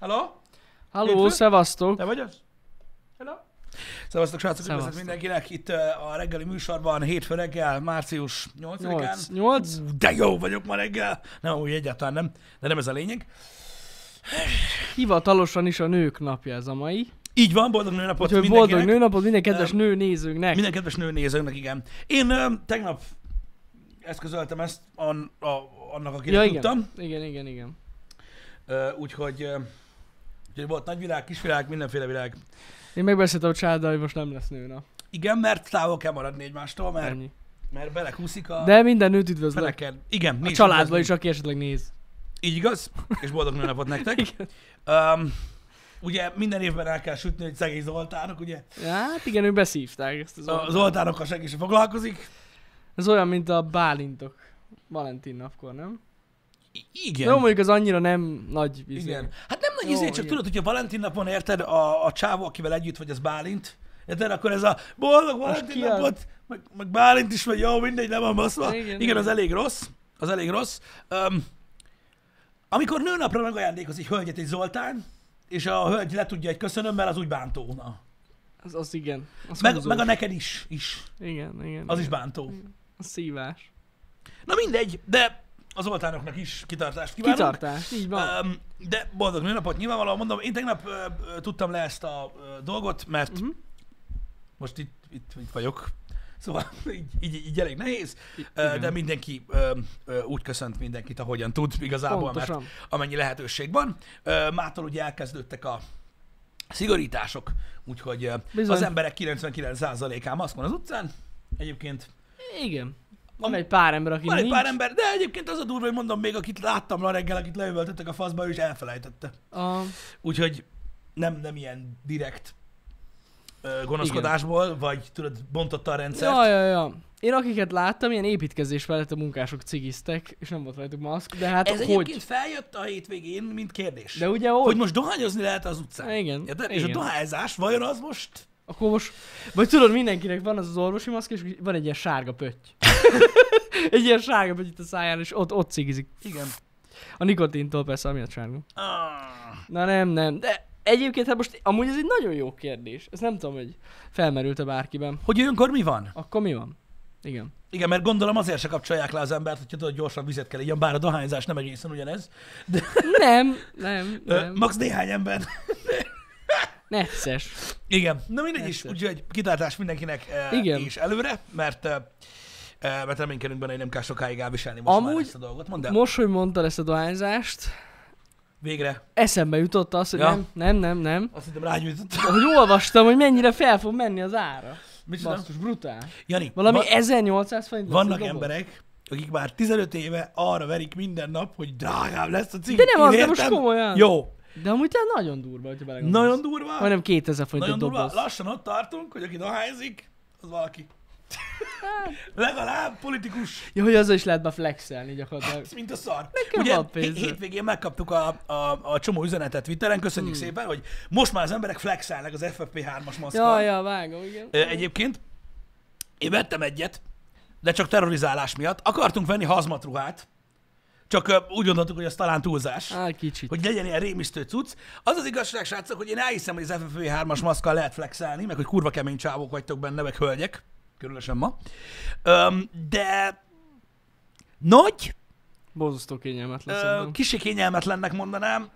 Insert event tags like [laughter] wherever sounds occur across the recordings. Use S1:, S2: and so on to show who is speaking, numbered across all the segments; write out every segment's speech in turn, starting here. S1: Hello?
S2: Halló,
S1: Hétfő?
S2: szevasztok!
S1: Te vagy az? Hello? Szevasztok srácok, üdvözlet
S2: Szevasztok.
S1: mindenkinek itt ö, a reggeli műsorban, hétfő reggel, március
S2: 8.
S1: 8-án.
S2: 8?
S1: Ú, De jó vagyok ma reggel! Nem, úgy egyáltalán nem, de nem ez a lényeg.
S2: Hivatalosan is a nők napja ez a mai.
S1: Így van, boldog nőnapot
S2: Úgyhogy
S1: mindenkinek.
S2: boldog nőnapot minden kedves nő nézőknek.
S1: Minden kedves nőnézőknek, igen. Én ö, tegnap eszközöltem ezt an, a, annak, akinek
S2: ja,
S1: ja,
S2: igen.
S1: tudtam.
S2: igen, igen, igen.
S1: Ö, úgyhogy, ö, úgyhogy volt nagyvilág, kisvilág, mindenféle világ.
S2: Én megbeszéltem a csáddal, hogy most nem lesz nőnap.
S1: Igen, mert távol kell maradni egymástól, mert,
S2: Ennyi.
S1: mert belekúszik a...
S2: De minden nőt üdvözlök.
S1: Feleked. Igen, mi
S2: A
S1: is
S2: családba
S1: üdvözlünk.
S2: is, aki esetleg néz.
S1: Így igaz, és boldog nőnapot nektek.
S2: Igen.
S1: Um, ugye minden évben el kell sütni, hogy szegény Zoltánok, ugye?
S2: Ja, Hát igen, ők beszívták ezt az
S1: A
S2: oldalt.
S1: Zoltánokkal senki sem foglalkozik.
S2: Ez olyan, mint a Bálintok. Valentin napkor, nem?
S1: I-
S2: Igen. Jó,
S1: igen.
S2: mondjuk az annyira nem nagy víz.
S1: igen. Hát nem nagy
S2: Jó,
S1: izé, csak
S2: igen.
S1: tudod, hogyha Valentin napon érted a, a csávó, akivel együtt vagy, az Bálint. Érted? Akkor ez a boldog Valentin
S2: ki az?
S1: napot, meg, meg Bálint is vagy, jó, mindegy, nem van baszva.
S2: Igen,
S1: Igen, igen,
S2: igen.
S1: az elég rossz. Az elég rossz. Um, amikor nőnapra megajándékoz egy hölgyet egy Zoltán, és a hölgy le tudja egy köszönömmel, az úgy bántó. Na.
S2: Az, az igen. Az
S1: Meg,
S2: húzós.
S1: meg a neked is, is.
S2: Igen, igen.
S1: Az is
S2: igen.
S1: bántó.
S2: A szívás.
S1: Na mindegy, de az oltánoknak is kitartást kívánok.
S2: Kitartás, így van.
S1: Öm, de boldog nőnapot nyilvánvalóan mondom. Én tegnap ö, ö, tudtam le ezt a ö, dolgot, mert
S2: Mhm.
S1: uh-huh. most itt, itt, itt vagyok. Szóval [laughs] így, így, így elég nehéz,
S2: I-
S1: ö,
S2: igen.
S1: de mindenki ö, ö, úgy köszönt mindenkit, ahogyan tud igazából, mert
S2: Pontosan.
S1: amennyi lehetőség van. Ö, Mától ugye elkezdődtek a szigorítások, úgyhogy ö,
S2: Bizony.
S1: az emberek 99%-á maszkon az utcán. Egyébként
S2: Igen. Van
S1: Am-
S2: egy pár ember, aki
S1: Van egy
S2: nincs.
S1: pár ember, de egyébként az a durva, hogy mondom még, akit láttam ma reggel, akit leüvöltöttek a faszba, ő is elfelejtette.
S2: A...
S1: Úgyhogy nem, nem ilyen direkt ö, gonoszkodásból, Igen. vagy tudod, bontotta a rendszert.
S2: Ja, ja, ja. Én akiket láttam, ilyen építkezés felett a munkások cigiztek, és nem volt rajtuk maszk, de hát
S1: Ez
S2: hogy?
S1: egyébként feljött a hétvégén, mint kérdés.
S2: De
S1: De
S2: ugye
S1: hogy
S2: hogy?
S1: most dohányozni lehet az utcán.
S2: Igen,
S1: Érted? És a
S2: igen.
S1: dohányzás vajon az most?
S2: Akkor most... Vagy tudod, mindenkinek van az az orvosi maszk, és van egy ilyen
S1: [laughs]
S2: sárga pötty. egy ilyen sárga pötty itt a száján, és ott, ott cigizik.
S1: Igen.
S2: A nikotintól persze, ami a sárga.
S1: Ah,
S2: Na nem, nem, de egyébként hát most amúgy ez egy nagyon jó kérdés. Ezt nem tudom, hogy felmerült-e bárkiben.
S1: Hogy olyankor mi van?
S2: Akkor mi van? Igen.
S1: Igen, mert gondolom azért se kapcsolják le az embert, hogy tudod, gyorsan vizet kell igyan, bár a dohányzás nem egészen ugyanez.
S2: Nem, nem,
S1: Ö,
S2: nem.
S1: max néhány ember.
S2: Necces.
S1: Igen, na mindegy is,
S2: Persze.
S1: úgyhogy kitáltás mindenkinek eh,
S2: Igen.
S1: is előre, mert, eh, eh, mert reménykedünk benne, hogy nem kell sokáig elviselni most Amúgy... már
S2: Amúgy-
S1: ezt a dolgot. Mondd el, Mo-
S2: Most, hogy mondtad ezt a dohányzást,
S1: végre.
S2: eszembe jutott az, hogy
S1: Ja.
S2: ja. nem, nem, nem, nem.
S1: Azt hittem [laughs] rágyújtott.
S2: Ahogy olvastam, hogy mennyire fel fog menni az ára.
S1: Micsoda?
S2: Basszus, brutál.
S1: Jani,
S2: Valami
S1: va-
S2: 1800 forint lesz
S1: vannak
S2: egy doboz.
S1: emberek, akik már 15 éve arra verik minden nap, hogy drágább lesz a cigi.
S2: De nem
S1: Én
S2: az, de most
S1: értem.
S2: komolyan.
S1: Jó.
S2: De amúgy te nagyon durva, hogyha belegondolsz.
S1: Nagyon durva.
S2: Majdnem 2000 forint
S1: nagyon
S2: egy
S1: durva.
S2: doboz.
S1: Lassan ott tartunk, hogy aki dohányzik, az valaki.
S2: Hát.
S1: [laughs] Legalább politikus.
S2: Ja, hogy azzal is lehet beflexelni gyakorlatilag.
S1: Ez mint a szar.
S2: Nekem
S1: Ugye
S2: van pénzem.
S1: hé- hétvégén megkaptuk a, a, a csomó üzenetet Twitteren, köszönjük hmm. szépen, hogy most már az emberek flexelnek az FFP3-as maszkkal.
S2: Ja, ja, vágom, igen.
S1: Ö, Egyébként én vettem egyet, de csak terrorizálás miatt. Akartunk venni hazmatruhát, csak ö, úgy gondoltuk, hogy az talán túlzás.
S2: Á, kicsit.
S1: Hogy legyen ilyen rémisztő cucc. Az az igazság, srácok, hogy én elhiszem, hogy az FFP3-as maszkkal lehet flexelni, meg hogy kurva kemény csávók vagytok benne, meg hölgyek, különösen ma. Öm, de nagy,
S2: Borzasztó kényelmetlen
S1: Ö,
S2: szerintem.
S1: kicsi kényelmetlennek mondanám.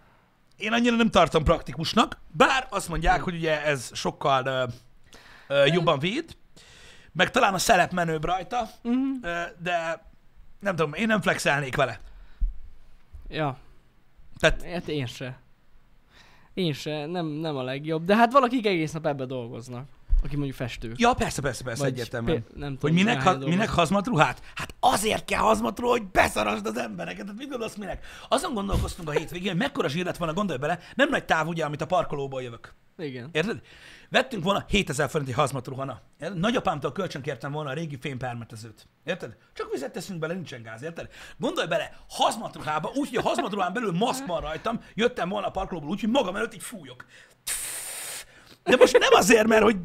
S1: Én annyira nem tartom praktikusnak, bár azt mondják, hogy ugye ez sokkal ö, ö, jobban véd, meg talán a szelep menőbb rajta,
S2: Mhm.
S1: ö, de nem tudom, én nem flexelnék vele.
S2: Ja.
S1: Tehát-
S2: Hát én se. Én se, nem, nem a legjobb. De hát valakik egész nap ebbe dolgoznak. Aki mondjuk festő.
S1: Ja, persze, persze, persze,
S2: Vagy
S1: egyértelműen.
S2: pé- nem
S1: Hogy
S2: tudom,
S1: minek, ha,
S2: hány dolgoznak.
S1: minek hazmatruhát? Hát azért kell hazmatruha, hogy beszarasd az embereket. Hát mit gondolsz minek? Azon gondolkoztunk a hétvégén, hogy mekkora zsíret van a gondolj bele, nem nagy táv ugye, amit a parkolóból jövök.
S2: Igen.
S1: Érted? Vettünk volna 7000 forint egy hazmat ruhana. Érted? Nagyapámtól kölcsön kértem volna a régi fénypermetezőt. Érted? Csak vizet teszünk bele, nincsen gáz, érted? Gondolj bele, hazmatruhába, úgy, hogy a hazmatruhán belül maszk van rajtam, jöttem volna a parkolóból úgy, hogy magam előtt így fújok. De most nem azért, mert hogy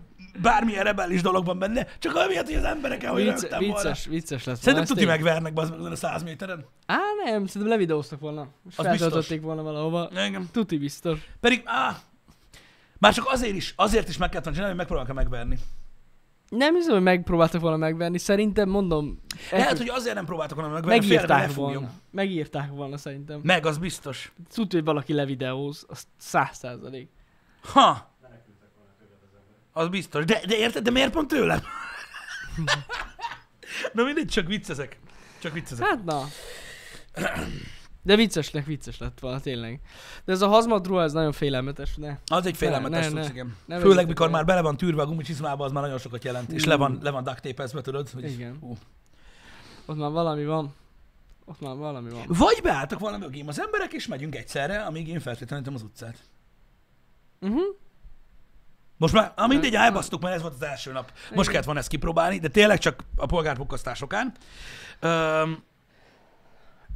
S1: bármilyen rebellis dolog van benne, csak amiatt, hogy az embereken, hogy
S2: Vicc,
S1: rögtem volna.
S2: vicces, vicces lesz.
S1: Szerintem
S2: ez
S1: tuti
S2: tény.
S1: megvernek, bazd meg, ezen a száz méteren.
S2: Á, nem, szerintem levideóztak volna. És
S1: Az
S2: feltöltötték volna valahova.
S1: Engem.
S2: Tuti biztos.
S1: Pedig, á, már csak azért is, azért is meg kellett volna csinálni, hogy megpróbálok megverni.
S2: Nem hiszem, hogy megpróbáltak volna megvenni. Szerintem mondom... eh,
S1: Lehet, hogy azért nem próbáltak volna megverni, félre ne
S2: megírták
S1: fújjon.
S2: volna. Megírták volna szerintem.
S1: Meg, az biztos.
S2: Tudod, hogy valaki levideóz, az száz százalék.
S1: Ha! Az biztos. De, de érted, de miért pont tőlem? [laughs] Na mindegy, csak viccezek. Csak viccezek.
S2: Hát na. De viccesnek vicces lett volna, tényleg. De ez a hazmadruha, ez nagyon félelmetes, ne?
S1: Az egy félelmetes
S2: Ne, ne,
S1: tudsz,
S2: ne.
S1: igen.
S2: Ne
S1: Főleg,
S2: vegyetek
S1: mikor
S2: olyan.
S1: már bele van tűrve a gumicsizmába, az már nagyon sokat jelent. És
S2: Hú.
S1: le van, le van duct tape-ezve, tudod? Hogy...
S2: Igen.
S1: Hú.
S2: Ott már valami van. Ott már valami van.
S1: Vagy beálltak volna mögém az emberek, és megyünk egyszerre, amíg én feltétlenítem az utcát.
S2: Uh-huh.
S1: Most már, ha mindegy,
S2: Nem.
S1: elbasztuk, mert ez volt az első nap. Most
S2: Igen.
S1: kellett volna ezt kipróbálni, de tényleg csak a polgárpukkasztás okán. Öm,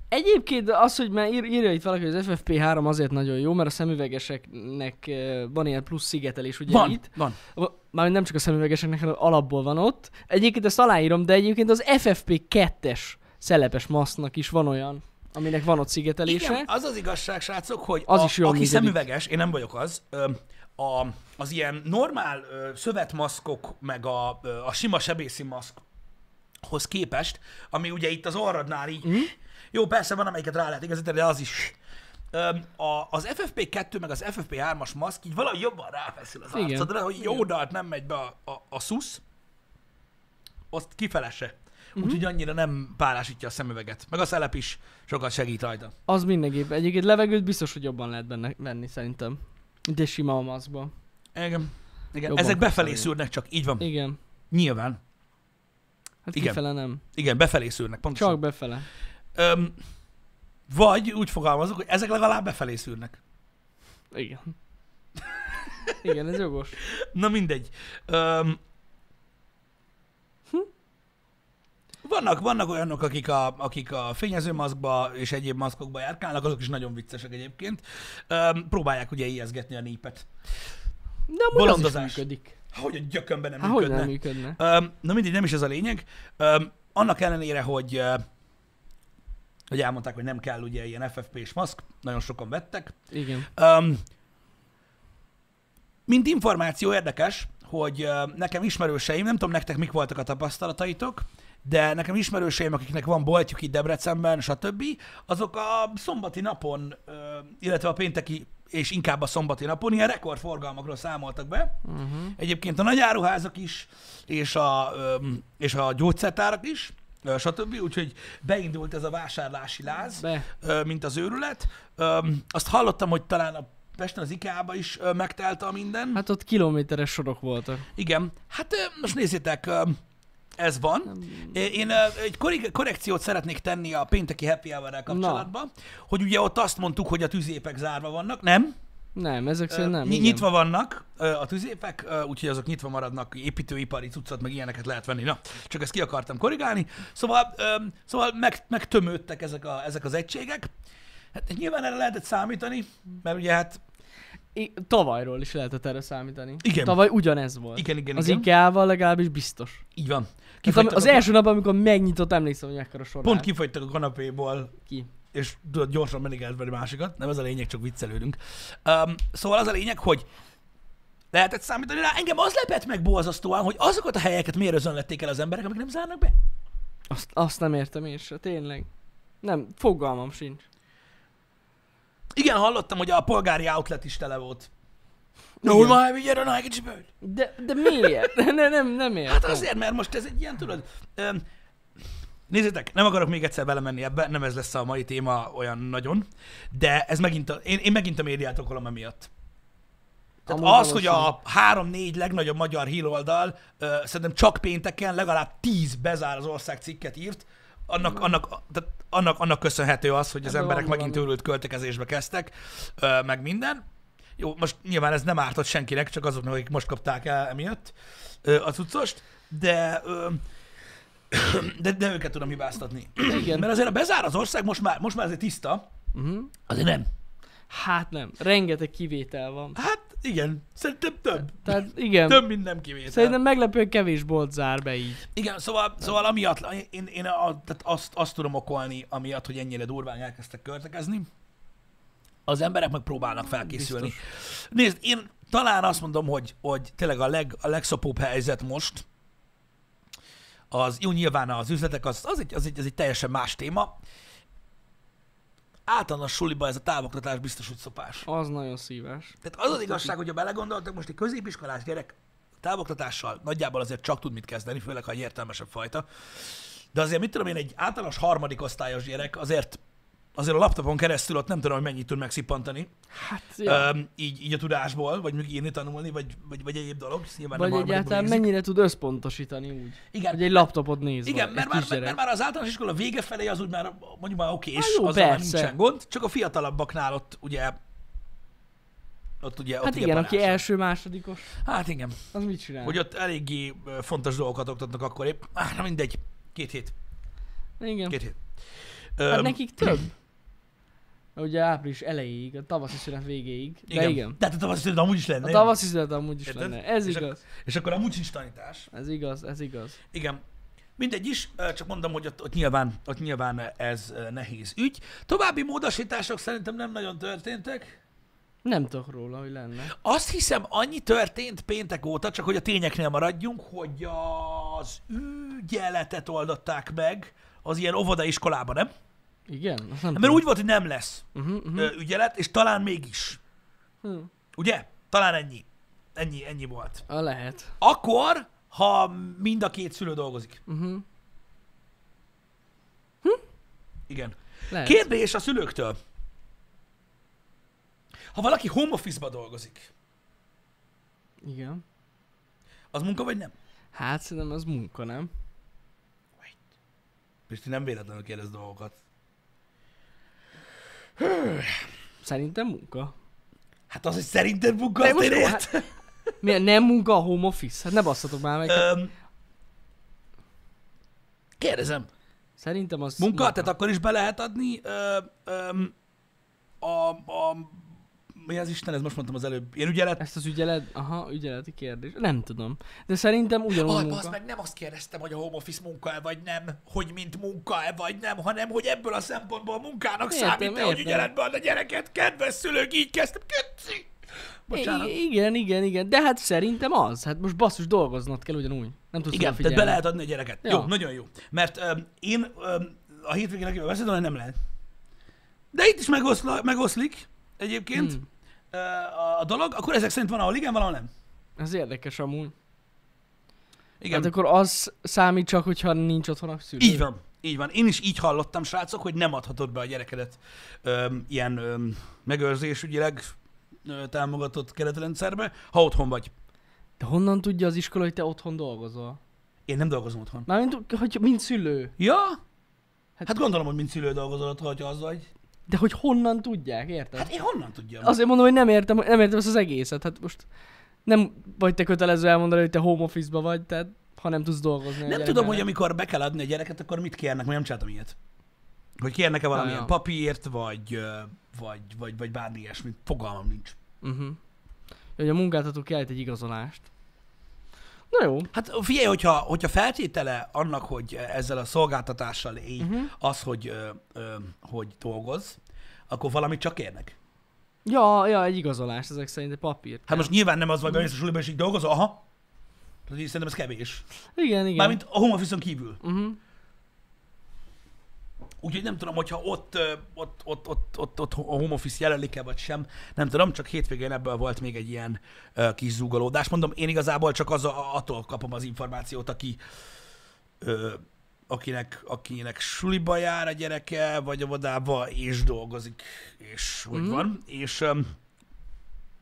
S2: Egyébként az, hogy már ír, írja itt valaki, hogy az FFP3 azért nagyon jó, mert a szemüvegeseknek eh, van ilyen plusz szigetelés, ugye
S1: van,
S2: itt.
S1: van.
S2: Mármint nem csak a szemüvegeseknek, hanem alapból van ott. Egyébként ezt aláírom, de egyébként az FFP2-es szelepes masznak is van olyan, aminek van ott szigetelése.
S1: Igen, az az igazság, srácok, hogy
S2: Az
S1: a,
S2: is jól
S1: aki
S2: működik.
S1: szemüveges, én nem vagyok az, ö, a, az ilyen normál ö, szövetmaszkok, meg a, ö, a sima sebészi maszkhoz képest, ami ugye itt az orradnál így,
S2: Hmm?
S1: mm. jó, persze van, amelyiket rá lehet igazítani, de az is. Ö, a, az FFP2 meg az FFP3-as maszk így valahogy jobban ráfeszül az
S2: Igen.
S1: arcodra, hogy jó dalt nem megy be a, a, a szusz, azt kifele se.
S2: Hmm.
S1: Úgyhogy annyira nem párásítja a szemüveget. Meg a szelep is sokat segít rajta.
S2: Az mindenképp. Egyébként levegőt biztos, hogy jobban lehet benne venni szerintem. De sima a maszkban.
S1: Igen. Igen.
S2: Jobban
S1: Ezek befelé
S2: kapcsolódik.
S1: szűrnek csak, így van.
S2: Igen.
S1: Nyilván.
S2: Hát
S1: Igen.
S2: Igen. kifele nem.
S1: Igen, befelé szűrnek, pontosan.
S2: Csak
S1: Csak.
S2: befele.
S1: Öm, vagy úgy fogalmazok, hogy ezek legalább befelé szűrnek. [laughs]
S2: Igen. Igen, ez jogos.
S1: Na mindegy. Öm,
S2: Hm?
S1: vannak, vannak olyanok, akik a, akik a fényezőmaszkba és egyéb maszkokba járkálnak, azok is nagyon viccesek egyébként. Öm, próbálják ugye ijeszgetni a népet.
S2: De amúgy az is
S1: Bolondozás.
S2: működik.
S1: Hogy a gyökömben nem
S2: Hát hogy
S1: működne.
S2: nem működne?
S1: Öm, na mindegy, nem is ez a lényeg. Öm, annak ellenére, hogy, ö, hogy elmondták, hogy nem kell ugye ilyen FFP-s maszk, nagyon sokan vettek.
S2: Igen.
S1: Öm, mint információ érdekes, hogy ö, nekem ismerőseim, nem tudom nektek mik voltak a tapasztalataitok, de nekem ismerőseim, akiknek van boltjuk itt Debrecenben, stb., azok a szombati napon, ö, illetve a pénteki, és inkább a szombati napon ilyen rekordforgalmakról számoltak be.
S2: Uh-huh.
S1: Egyébként a nagy áruházak is, és a, öm, és a gyógyszertárak is, ö, stb. Úgyhogy beindult ez a vásárlási láz,
S2: Be.
S1: ö, mint az őrület. Öm, Azt hallottam, hogy talán a Pesten az IKEA-ba is ö, megtelt a minden. Hát,
S2: Hát ott kilométeres sorok voltak.
S1: Igen. Hát ö, most nézzétek, öm, ez van.
S2: Nem-
S1: É, Én ö, egy korrig- korrekciót szeretnék tenni a pénteki happy hour kapcsolatban, hogy ugye ott azt mondtuk, hogy a tűzépek zárva vannak. Nem,
S2: Nem, ezek szerint nem.
S1: Ny-
S2: igen.
S1: nyitva vannak ö, a tüzépek, ö, úgyhogy azok nyitva maradnak, építőipari cuccot, meg ilyeneket lehet venni. Na, csak ezt ki akartam korrigálni. Szóval, ö, szóval meg, megtömődtek ezek, a, ezek az egységek. Hát nyilván erre lehetett számítani, mert ugye hát
S2: I- tavalyról is lehetett erre számítani.
S1: Igen.
S2: Tavaly ugyanez volt.
S1: igen, igen,
S2: Az
S1: igen.
S2: IKEA-val legalábbis biztos.
S1: így van.
S2: Hát am-
S1: Kifogytak
S2: az
S1: a,
S2: első nap, amikor megnyitott, emlékszem, hogy ekkora sor
S1: pont
S2: állt
S1: kifogytak a kanapéból,
S2: ki.
S1: és tudod, gyorsan mindig elveri másikat, nem ez a lényeg, csak viccelődünk. Um, szóval az a lényeg, hogy lehetett számítani rá. Engem az lepett meg borzasztóan, hogy azokat a helyeket miért özönlették el az emberek, amik nem zárnak be.
S2: Azt, azt nem értem én se, tényleg. Nem, fogalmam sincs.
S1: Igen, hallottam, hogy a polgári outlet is tele volt.
S2: Igen.
S1: Jól már vigyél a Nike cipőt.
S2: De, de miért? [laughs] Ne, nem, nem értem.
S1: Hát azért, mert most ez egy ilyen, tudod... Öm, nézzétek, nem akarok még egyszer belemenni ebbe, nem ez lesz a mai téma olyan nagyon, de ez megint a, én, én megint a médiát okolom emiatt. Tehát
S2: Amúgy
S1: az, hogy a három-négy legnagyobb magyar híroldal ö, szerintem csak pénteken legalább tíz bezár az ország cikket írt, annak, annak, tehát annak, annak köszönhető az, hogy az
S2: Ebben
S1: emberek
S2: van
S1: megint
S2: valami.
S1: őrült költekezésbe kezdtek, ö, meg minden. Jó, most nyilván ez nem ártott senkinek, csak azoknak, akik most kapták el emiatt ö, a cuccost, de, ö, [coughs] de, de őket tudom hibáztatni.
S2: Igen.
S1: Mert azért a bezár az ország most már, most már azért tiszta,
S2: Uh-huh.
S1: azért nem.
S2: Hát nem, rengeteg kivétel van.
S1: Hát igen, szerintem több.
S2: Tehát igen.
S1: Több minden kivétel.
S2: Szerintem meglepően kevés bolt zár be így.
S1: Igen, szóval, szóval amiatt, én, én a, tehát azt, azt tudom okolni, amiatt, hogy ennyire durván elkezdtek körtekezni, az emberek meg próbálnak felkészülni. Nézd, én talán azt mondom, hogy, hogy tényleg a, leg, a legszopóbb helyzet most, az jó, nyilván az üzletek, az, az, egy, az, egy, az egy teljesen más téma. Általános suliba ez a távoktatás biztos, hogy szopás.
S2: Az nagyon szívás.
S1: Tehát az az igazság, hogyha belegondoltak, most egy középiskolás gyerek távoktatással nagyjából azért csak tud mit kezdeni, főleg ha egy értelmesebb fajta. De azért mit tudom én, egy általános harmadik osztályos gyerek azért azért a laptopon keresztül ott nem tudom, hogy mennyit tud megszippantani,
S2: Hát, ja.
S1: ja. um, így, így a tudásból, vagy mondjuk írni, tanulni, vagy, vagy, vagy egyéb dolog, ezt nyilván
S2: Vagy
S1: nem harmadikból
S2: egyáltalán
S1: nézik.
S2: mennyire tud összpontosítani úgy,
S1: Igen,
S2: hogy egy laptopot néz
S1: Igen,
S2: valaki,
S1: mert
S2: egy
S1: már,
S2: kisgyerek.
S1: mert már az általános iskola vége felé az úgy már mondjuk már oké, és
S2: Á, jó,
S1: azzal már
S2: persze.
S1: nincsen gond, csak a fiatalabbaknál ott ugye ott ugye, ott
S2: Hát
S1: ugye
S2: igen, aki
S1: parázs.
S2: első, másodikos,
S1: Hát igen,
S2: az mit csinál?
S1: hogy ott eléggé ö, fontos dolgokat oktatnak akkor épp. Ah, na mindegy, két hét,
S2: igen.
S1: két hét.
S2: Hát
S1: Öm,
S2: nekik több. Ugye április elejéig, a tavaszi szünet végéig. De igen.
S1: De hát a tavasz szünet amúgy is lenne.
S2: A tavaszi szünet amúgy is
S1: Érted?
S2: lenne. Ez
S1: És
S2: igaz.
S1: És akkor amúgy sincs tanítás.
S2: Ez igaz, ez igaz.
S1: Igen. Mindegy is, ö, csak mondom, hogy ott, ott, nyilván, ott nyilván ez ö, nehéz ügy. További módosítások szerintem nem nagyon történtek.
S2: Nem tudok róla, hogy lenne.
S1: Azt hiszem, annyi történt péntek óta, csak hogy a tényeknél maradjunk, hogy az ügyeletet oldották meg az ilyen óvoda iskolában, nem?
S2: Igen? Azt nem
S1: Hát Mert
S2: tudom.
S1: úgy volt, hogy nem lesz
S2: Uh-huh, uh-huh.
S1: ö, ügyelet, és talán mégis.
S2: Hm.
S1: Ugye? Talán ennyi. Ennyi, ennyi volt.
S2: Ah, Lehet.
S1: Akkor, ha mind a két szülő dolgozik.
S2: Uh-huh.
S1: Igen.
S2: Lehet.
S1: Kérdés a szülőktől. Ha valaki home office-ba dolgozik,
S2: Igen.
S1: az munka vagy nem?
S2: Hát szerintem az munka, nem?
S1: Pisti nem véletlenül kérdez dolgokat.
S2: Szerintem munka.
S1: Hát az, hogy szerinted munka,
S2: De
S1: azt én
S2: most-
S1: értem.
S2: hát- Milyen, nem munka a home office? Hát ne basszatok már
S1: [laughs]
S2: meg.
S1: Öm, kérdezem,
S2: Szerintem az
S1: munka, tehát akkor is be lehet adni ö, öm, a, a, mi az Isten, ez most mondtam az előbb, ilyen ügyelet.
S2: Ezt az ügyelet, aha, ügyeleti kérdés. Nem tudom. De szerintem ugyanúgy
S1: Aj,
S2: munka.
S1: az meg nem azt kérdeztem, hogy a home office munka-e vagy nem, hogy mint munka-e vagy nem, hanem hogy ebből a szempontból munkának
S2: Értem,
S1: számít-e, hogy
S2: értem.
S1: ügyeletbe ad a gyereket, kedves szülők, így kezdtem, köci! Bocsánat.
S2: I- igen, igen, igen. De hát szerintem az. Hát most basszus dolgoznod kell ugyanúgy. Nem tudsz
S1: Igen, tehát
S2: odafigyelni.
S1: be lehet adni a gyereket. Ja.
S2: Ja.
S1: Jó, nagyon jó. Mert öm, én öm, a hétvégén akivel beszéltem, hogy nem lehet. De itt is megoszla, megoszlik egyébként hmm.
S2: Hmm.
S1: a dolog, akkor ezek szerint van, ahol igen, valahol nem.
S2: Ez érdekes amúgy.
S1: Igen,
S2: Hát akkor az számít csak, hogyha nincs otthon a szülő.
S1: így van. Így van. Én is így hallottam, srácok, hogy nem adhatod be a gyerekedet öm, ilyen öm, megőrzésügyileg ö, támogatott keretrendszerbe, ha otthon vagy.
S2: De honnan tudja az iskola, hogy te otthon dolgozol?
S1: Én nem dolgozom otthon.
S2: Mármint, hogy mint szülő.
S1: Ja? Hát,
S2: Hát-
S1: hát gondolom, hogy mint szülő dolgozol otthon, ha az vagy.
S2: De hogy honnan tudják, érted?
S1: Hát én honnan tudjam?
S2: Azért mondom, hogy nem értem, nem értem ezt az egészet. Hát most nem vagy te kötelező elmondani, hogy te home office-ba vagy, tehát ha nem tudsz dolgozni. a
S1: Nem
S2: gyerekkel.
S1: tudom, hogy amikor be kell adni a gyereket, akkor mit kérnek, mert nem csináltam ilyet. Hogy kérnek-e valamilyen
S2: ja.
S1: papírt, vagy, ö, vagy, vagy, vagy bármi ilyesmit. Fogalmam nincs.
S2: Uh-huh. Hogy a munkáltató kiállít egy igazolást. Na jó.
S1: Hát figyelj, hogyha, hogyha feltétele annak, hogy ezzel a szolgáltatással élj, uh-huh. az, hogy, ö, ö, hogy dolgoz, akkor valamit csak kérnek.
S2: Ja, ja, egy igazolás ezek szerint, egy papírt.
S1: Hát most nyilván nem az, hogy bemész a suliba és így dolgozol, aha. Tehát így szerintem ez kevés.
S2: Igen, igen.
S1: Mármint a home office kívül.
S2: Uh-huh.
S1: Úgyhogy nem tudom, hogyha ott, ö, ott, ott, ott, ott, ott a home office jelenik-e vagy sem, nem tudom, csak hétvégén ebből volt még egy ilyen ö, kis zúgolódás. Mondom, én igazából csak az a, attól kapom az információt, aki, ö, akinek, akinek suliba jár a gyereke, vagy óvodába, és dolgozik, és hogy
S2: Mhm.
S1: van, és ö,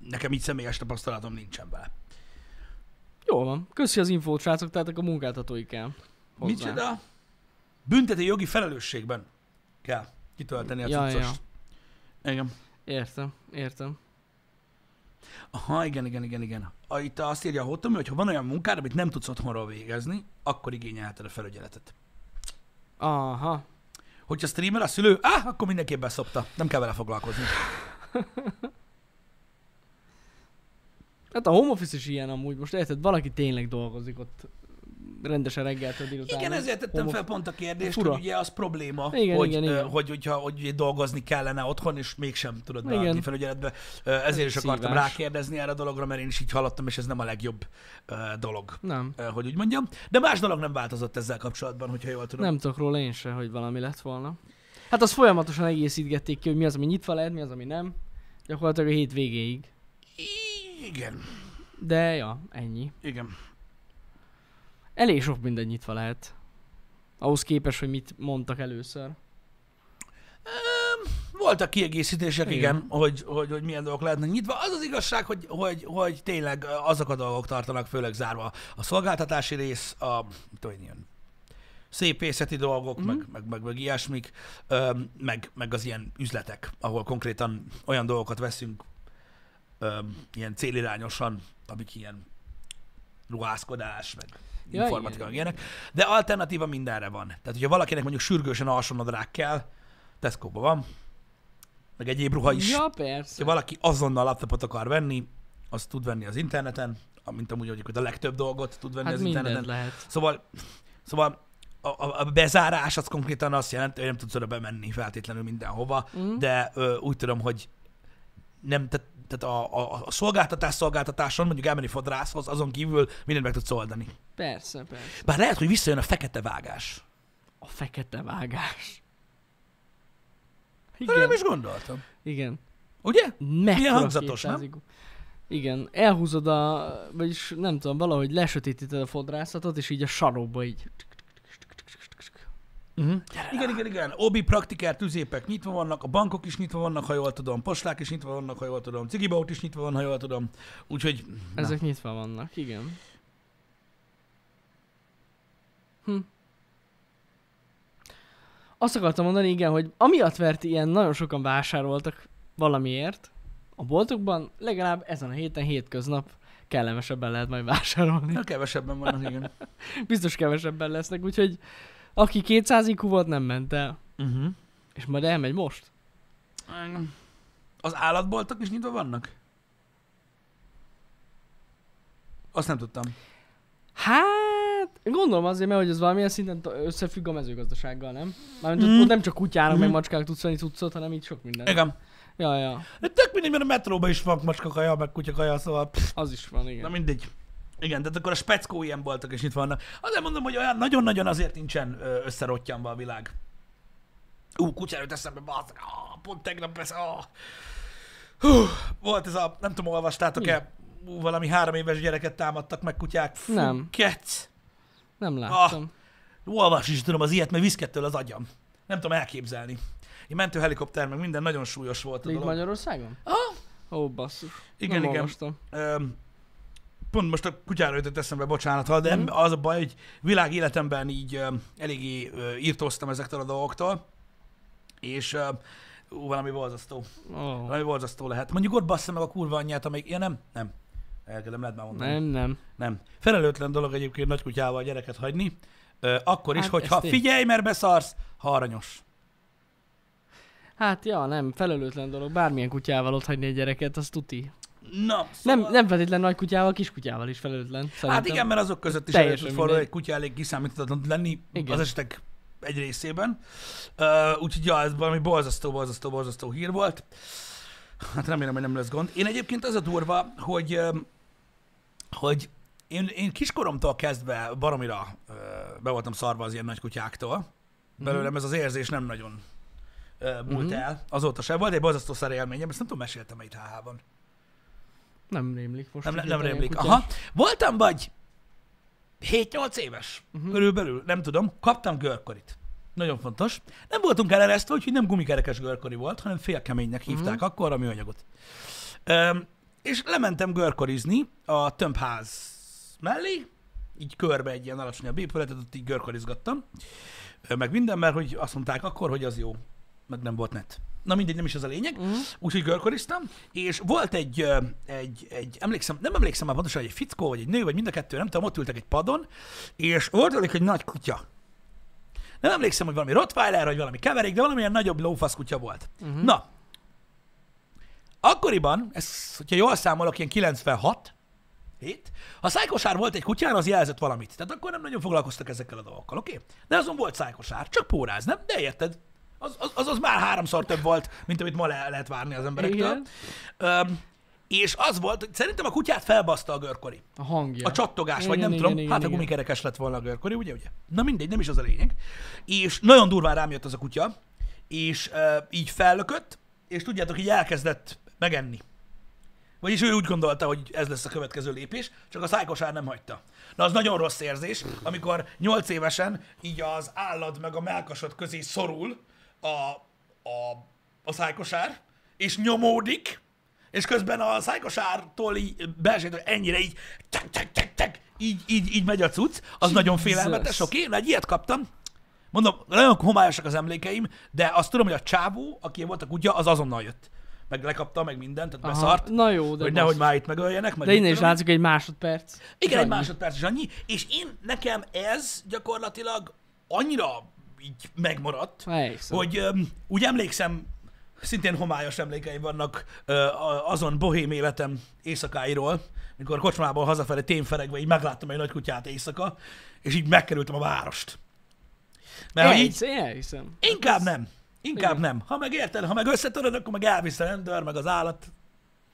S1: nekem így személyes tapasztalatom nincsen vele.
S2: Jól van. Köszi az infót, srácok, tehát akkor munkáltatói kell. hozzá.
S1: Micsoda? Büntető jogi felelősségben kell kitölteni a
S2: Ja, ja.
S1: cuccost. Igen.
S2: Értem, értem.
S1: Aha, igen, igen, igen, igen. A, itt azt írja a Hotomi, hogy ha van olyan munkád, amit nem tudsz otthonról végezni, akkor igényelheted a felügyeletet.
S2: Aha.
S1: Hogyha streamer a szülő, áh, akkor mindenképp beszopta. Nem kell vele foglalkozni.
S2: Hát a home office is ilyen amúgy, most érted, valaki tényleg dolgozik ott rendesen reggeltől délután.
S1: Igen, ezért tettem fel pont a kérdést,
S2: Fura.
S1: hogy ugye az probléma,
S2: Igen,
S1: hogy,
S2: igen,
S1: ö,
S2: igen.
S1: hogy, hogyha, hogy ugye dolgozni kellene otthon, és mégsem tudod
S2: Igen.
S1: beadni felügyeletbe. Ö, Ezért is akartam
S2: szívás.
S1: rákérdezni erre a dologra, mert én is így hallottam, és ez nem a legjobb ö, dolog,
S2: Nem.
S1: ö, hogy úgy mondjam. De más dolog nem változott ezzel kapcsolatban, hogyha jól tudom.
S2: Nem tudok róla én se, hogy valami lett volna. Hát azt folyamatosan egészítgették ki, hogy mi az, ami nyitva lehet, mi az, ami nem. Gyakorlatilag a hét végéig.
S1: Igen,
S2: De ja, ennyi.
S1: igen.
S2: Elég sok minden nyitva lehet. Ahhoz képest, hogy mit mondtak először.
S1: Voltak kiegészítések, igen,
S2: Igen.
S1: igen hogy, hogy, hogy milyen dolgok lehetnek nyitva. Az az igazság, hogy, hogy, hogy tényleg ö, azok a dolgok tartanak főleg zárva. A szolgáltatási rész, a mit tudom én, ilyen szépészeti dolgok,
S2: Mhm.
S1: mm-hmm. meg, meg, meg, meg ilyesmik, ö, meg, meg az ilyen üzletek, ahol konkrétan olyan dolgokat veszünk ö, ilyen célirányosan, amik ilyen ruhászkodás, meg
S2: Ja,
S1: informatika,
S2: igen,
S1: meg ilyenek. De alternatíva mindenre van. Tehát, hogyha valakinek mondjuk sürgősen alsónadrág kell, tesco van, meg egyéb ruha is.
S2: Ja,
S1: Ha
S2: persze.
S1: valaki azonnal laptopot akar venni, azt tud venni az interneten, amint amúgy mondjuk, hogy a legtöbb dolgot tud venni
S2: Hát
S1: az
S2: mindent
S1: interneten.
S2: lehet.
S1: Szóval, szóval a, a, a bezárás az konkrétan azt jelenti, hogy nem tudsz oda bemenni feltétlenül mindenhova,
S2: Mm.
S1: de ö, úgy tudom, hogy nem, tehát, tehát a, a, a szolgáltatás szolgáltatáson, mondjuk elmenni fodrászhoz, azon kívül mindent meg tudsz oldani.
S2: Persze, persze.
S1: Bár lehet, hogy visszajön a fekete vágás.
S2: A fekete vágás.
S1: De Hát nem
S2: Igen,
S1: is gondoltam.
S2: igen.
S1: Ugye?
S2: Mekkora
S1: hangzatos, nem?
S2: képtázik- Igen, elhúzod a, vagyis nem tudom, valahogy lesötítíted a fodrászatot, és így a sarokba így.
S1: Uh-huh. Igen, igen, igen. Obi praktikár tüzépek nyitva vannak, a bankok is nyitva vannak, ha jól tudom, posták is nyitva vannak, ha jól tudom, cigibaut is nyitva van, ha jól tudom. Úgyhogy na,
S2: Ezek nyitva vannak, igen. Hm. Azt akartam mondani, igen, hogy amiatt vert ilyen, nagyon sokan vásároltak valamiért a boltokban, legalább ezen a héten, hétköznap kellemesebben lehet majd vásárolni.
S1: na, kevesebben vannak, igen.
S2: Biztos kevesebben lesznek, úgyhogy aki 200 IQ volt, nem ment el.
S1: Uh-huh.
S2: És majd elmegy most?
S1: Az állatboltok is nyitva vannak? Azt nem tudtam.
S2: Hát, gondolom azért, mert hogy ez valamilyen szinten t- összefügg a mezőgazdasággal, nem? Mármint
S1: Mm.
S2: mm. ott nem csak kutyának, mm. meg
S1: Mhm.
S2: macskának tudsz venni cuccot, hanem itt sok minden.
S1: Igen.
S2: Ja, ja,
S1: De tök mindegy, mert a metróban is van macskakaja, meg kutyakaja, szóval pff,
S2: az is van,
S1: na
S2: igen.
S1: mindegy. Igen, tehát akkor a speckó ilyen boltok is nyitva vannak. Azért mondom, hogy olyan nagyon-nagyon azért nincsen ö, összerottyanva a világ. Ú, kutyáról eszembe, bazd, ah, pont tegnap persze, ah. Hú, volt ez a, nem tudom, olvastátok-e, ú, valami három éves gyereket támadtak meg kutyák. Fú,
S2: Nem.
S1: Kec.
S2: Nem
S1: Ah,
S2: láttam.
S1: Olvasni is tudom az ilyet, mert viszkettől az agyam. Nem tudom elképzelni. Egy mentőhelikopter, meg minden nagyon súlyos volt a
S2: Ah, Itt
S1: dolog.
S2: Magyarországon?
S1: Ah,
S2: Ó, basszus.
S1: igen,
S2: nem
S1: igen.
S2: Olvastam.
S1: Öm, pont most a kutyára jutott eszembe, bocsánat, ha, de
S2: Mhm.
S1: mm. az a baj, hogy világ életemben így öm, eléggé ö, írtóztam ezektől a dolgoktól, és öm, ú, valami borzasztó,
S2: Oh.
S1: valami borzasztó lehet. Mondjuk ott bassza meg a kurva anyját, amelyik, ja nem, nem, elkezdem, lehet már mondani.
S2: Nem, nem.
S1: Nem. Felelőtlen dolog egyébként nagy kutyával a gyereket hagyni, ö, akkor is,
S2: Hát,
S1: hogyha
S2: ez tény.
S1: figyelj, mert beszarsz, ha aranyos.
S2: Hát ja, nem, felelőtlen dolog. Bármilyen kutyával ott hagyni egy gyereket, az tuti.
S1: Na, szóval-
S2: Nem, nem feltétlen nagy kutyával, kis kutyával is felelőtlen. Szerintem.
S1: Hát igen, mert azok között is
S2: Teljesen
S1: elő tud fordulni,
S2: mindegy.
S1: egy kutya elég kiszámíthatatlan tud lenni igen.
S2: Igen.
S1: az esetek egy részében. Uh, úgyhogy ja, ez valami borzasztó, borzasztó, borzasztó hír volt. Hát remélem, hogy nem lesz gond. Én egyébként az a durva, hogy, öm, hogy én, én kiskoromtól kezdve baromira ö, be voltam szarva az ilyen nagy kutyáktól. Belőlem ez az érzés nem nagyon ö, múlt
S2: Mhm.
S1: el. Azóta sem volt egy borzasztó szerélményem, ezt nem tudom, meséltem itt hh
S2: Nem rémlik most.
S1: nem,
S2: hogy
S1: nem, nem
S2: volt ilyen
S1: rémlik.
S2: kutyás.
S1: Aha. Voltam vagy 7-8 éves, uh-huh. körülbelül, nem tudom, kaptam görkorit. Nagyon fontos. Nem voltunk eleresztve, úgyhogy nem gumikerekes görkori volt, hanem félkeménynek hívták uh-huh. akkor a műanyagot. Öm, és lementem görkorizni a tömbház mellé, így körbe egy ilyen alacsonyabb épületet, ott így görkorizgattam. Ö, Meg minden, mert hogy azt mondták akkor, hogy az jó. Meg nem volt net. Na mindegy, nem is az a lényeg.
S2: Mhm.
S1: Úgyhogy görkoriztam, és volt egy, ö, egy, egy, emlékszem, nem emlékszem már pontosan, hogy egy fickó, vagy egy nő, vagy mind a kettő, nem tudom, ott ültek egy padon, és volt velük egy nagy kutya. Nem emlékszem, hogy valami Rottweiler, vagy valami keverék, de valamilyen nagyobb lófasz kutya volt. Uh-huh. Na, akkoriban, ez, hogyha jól számolok, ilyen 96, Hét. Ha szájkosár volt egy kutyán, az jelzett valamit. Tehát akkor nem nagyon foglalkoztak ezekkel a dolgokkal, oké? Okay? De azon volt szájkosár, csak póráz, nem? De érted? Az, az, az, az már háromszor több volt, mint amit ma le lehet várni az emberektől.
S2: Igen.
S1: Öm, és az volt, hogy szerintem a kutyát felbaszta a görkori.
S2: A hangja.
S1: A csattogás,
S2: igen,
S1: vagy nem
S2: igen,
S1: tudom,
S2: igen,
S1: hát a
S2: igen.
S1: gumikerekes lett volna a görkori, ugye, ugye? Na mindegy, nem is az a lényeg. És nagyon durván rám jött az a kutya, és uh, így fellökött, és tudjátok, így elkezdett megenni. Vagyis ő úgy gondolta, hogy ez lesz a következő lépés, csak a szájkosár nem hagyta. Na, az nagyon rossz érzés, amikor nyolc évesen így az állad meg a melkasod közé szorul a, a, a szájkosár, és nyomódik, és közben a szájkosártól így belsejt, hogy ennyire így, tek, tek, tek, tek, így, így, így megy a cucc, az nagyon félelmetes, oké? Okay? Na, egy ilyet kaptam, Mondom, nagyon homályosak az emlékeim, de azt tudom, hogy a csávó, aki volt a kutya, az azonnal jött. Meg lekapta, meg mindent, tehát
S2: Aha.
S1: beszart.
S2: Na jó, de
S1: hogy
S2: basszus.
S1: nehogy már itt megöljenek. Meg
S2: De
S1: mit
S2: innen is
S1: tudom.
S2: látszik egy másodperc.
S1: Igen,
S2: És
S1: egy
S2: annyi.
S1: másodperc is annyi. És én, nekem ez gyakorlatilag annyira így megmaradt,
S2: Persze.
S1: hogy öm, úgy emlékszem, szintén homályos emlékeim vannak ö, a- azon bohém életem éjszakáiról, mikor kocsmából hazafelé tényferegve így megláttam egy nagy kutyát éjszaka, és így megkerültem a várost. Mert hogy így,
S2: Elhisz- Én elhiszem.
S1: Inkább nem. Inkább
S2: Igen.
S1: nem. Ha meg érted, ha meg összetöröd, akkor meg elvisz a rendőr, meg az állat.